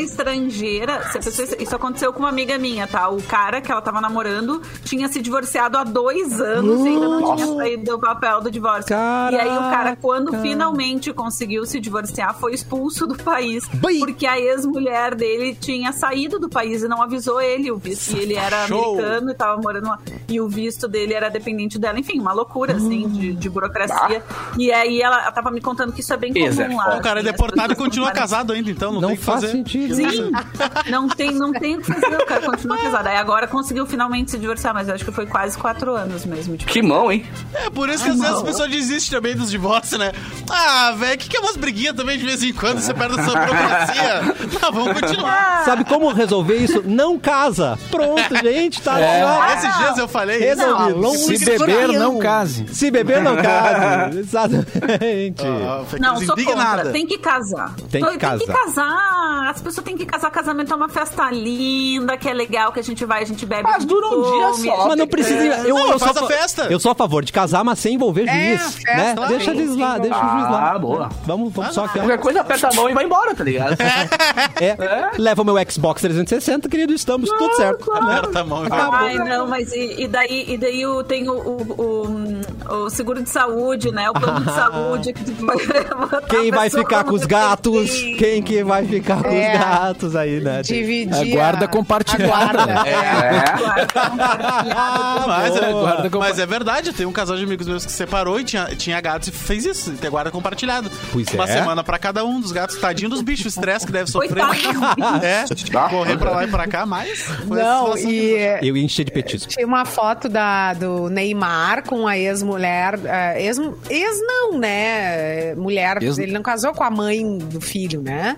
estrangeira, se a pessoa- é- isso aconteceu com uma amiga minha, tá? O cara que ela tava namorando tinha se divorciado há dois anos e ainda não tinha saído do papel do divórcio. E aí o cara, quando finalmente conseguiu se divorciar, foi expulso do país. Bem. Porque a ex-mulher dele tinha saído do país e não avisou ele. O visto, e ele era Show. americano e tava morando lá. E o visto dele era dependente dela. Enfim, uma loucura, Hum. assim, de, de burocracia. E aí ela, ela tava me contando que isso é bem comum Isso é lá. foda. O cara é assim, as deportado e pessoas continua comparem- casado ainda, então não, Não tem o que faz fazer. sentido. Sim, não tem, não tem o que fazer, o cara continua casado. Aí agora conseguiu finalmente se divorciar, mas eu acho que foi quase quatro anos mesmo. Tipo, Que mão, hein? É por isso que às vezes as pessoas desistem também dos divórcios, né? Ah, velho, que que é umas briguinhas também de vez em quando, você perde essa burocracia. Não, vamos Ah, continuar. Sabe como resolver isso? Não casa. Pronto, gente, tá É. legal. Ah, Esses dias eu falei isso. Resolvido. Um Se beber, né? não case. Se beber, não casa. Exatamente. Ah, fiquei não, sou indignada. contra, tem que casar. Tem que casar. casar, as pessoas têm que casar. Casamento é uma festa linda, que é legal, que a gente vai, a gente bebe. Mas a gente dura um dia come, só. a Mas não gente- precisa. É. Eu, Não, eu sou faz a fa- festa. Eu sou a favor de casar, mas sem envolver É, juiz. festa, né? claro. deixa eles lá, Sim, deixa o juiz lá. É, Ah, boa. Vamos, vamos só que. Qualquer coisa aperta a mão e vai embora, tá ligado? É, Leva o meu Xbox 360, querido, estamos tudo certo. né? Aperta a mão e vai. Ai, não, mas e, e daí, e daí o, tem o, o, o- o seguro de saúde, né? O plano de saúde. Que tu vai botar a Quem vai pessoa ficar com os no gatos? cantinho. Quem que vai ficar com É. os gatos aí, né? Dividir. A guarda compartilhada. a guarda, é. É. ah, Mas, é, Boa. guarda compa- mas é verdade, tem um casal de amigos meus que se separou e tinha, tinha gatos e fez isso, e tem guarda compartilhada. Pois Uma é. semana pra cada um dos gatos, tadinho dos bichos, o estresse que deve sofrer. Coitado. É, correr pra lá e pra cá, mas foi essa Não, situação e é, Eu ia encher de petisco. tinha uma foto da, do Neymar com a ex-mulher. eh, Ex, ex não, né? Eh, Mulher, Ex- ele não casou com a mãe do filho, né?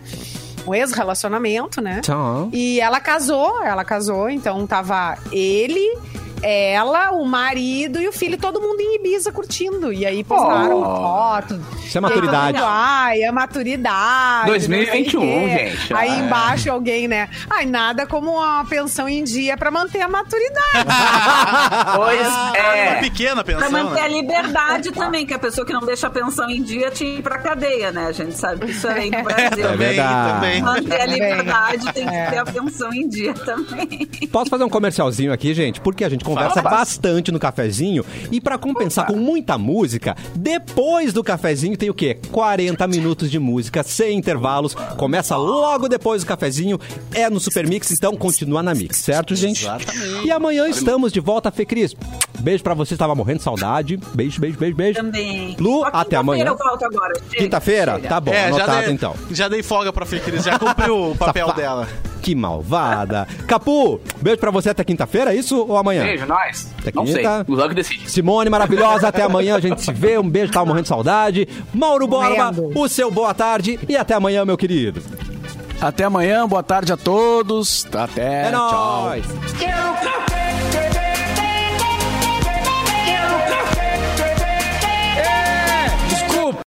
Um ex-relacionamento, né? Tá. Tchau. E ela casou, ela casou, então tava ele, ela, o marido e o filho, todo mundo em Ibiza curtindo. E aí postaram foto. Oh. Isso é maturidade. E aí todo mundo, Ai, é maturidade. não sei o 2021, quê." gente, Aí ah, é. embaixo alguém, né? Ai, nada como uma pensão em dia pra manter a maturidade. Pois Ah, Uma é. pequena Pra pensão, manter a né? liberdade também, que a pessoa que não deixa a pensão em dia tinha que ir pra cadeia, né? A gente sabe que isso é aí no Brasil. É verdade. É. também. Manter a liberdade tem que ter a pensão em dia também. Posso fazer um comercialzinho aqui, gente? Porque a gente conversa bastante no cafezinho e pra compensar com muita música, depois do cafezinho tem o quê? 40 minutos de música sem intervalos. Começa logo depois do cafezinho, é no Super Mix, então continua na Mix, certo, gente? Exatamente. E amanhã estamos de volta, Fê Cris. Beijo pra você, estava morrendo de saudade. Beijo, beijo, beijo, beijo. Também. Lu, Só até quinta-feira amanhã. Eu volto agora. Chega, Quinta-feira? chega. Tá bom, É, já anotado dei, então. já dei folga pra Fê Cris, já cumpriu o papel Safada. dela. Que malvada. Capu, beijo pra você até quinta-feira, é isso ou amanhã? Beijo, nós. Até Não sei. quinta. O Logo decide. Simone maravilhosa, até amanhã a gente se vê. Um beijo, tava morrendo de saudade. Mauro Borba, Morrendo. o seu boa tarde e até amanhã, meu querido. Até amanhã, boa tarde a todos. Até, É, tchau. nóis. Quero café!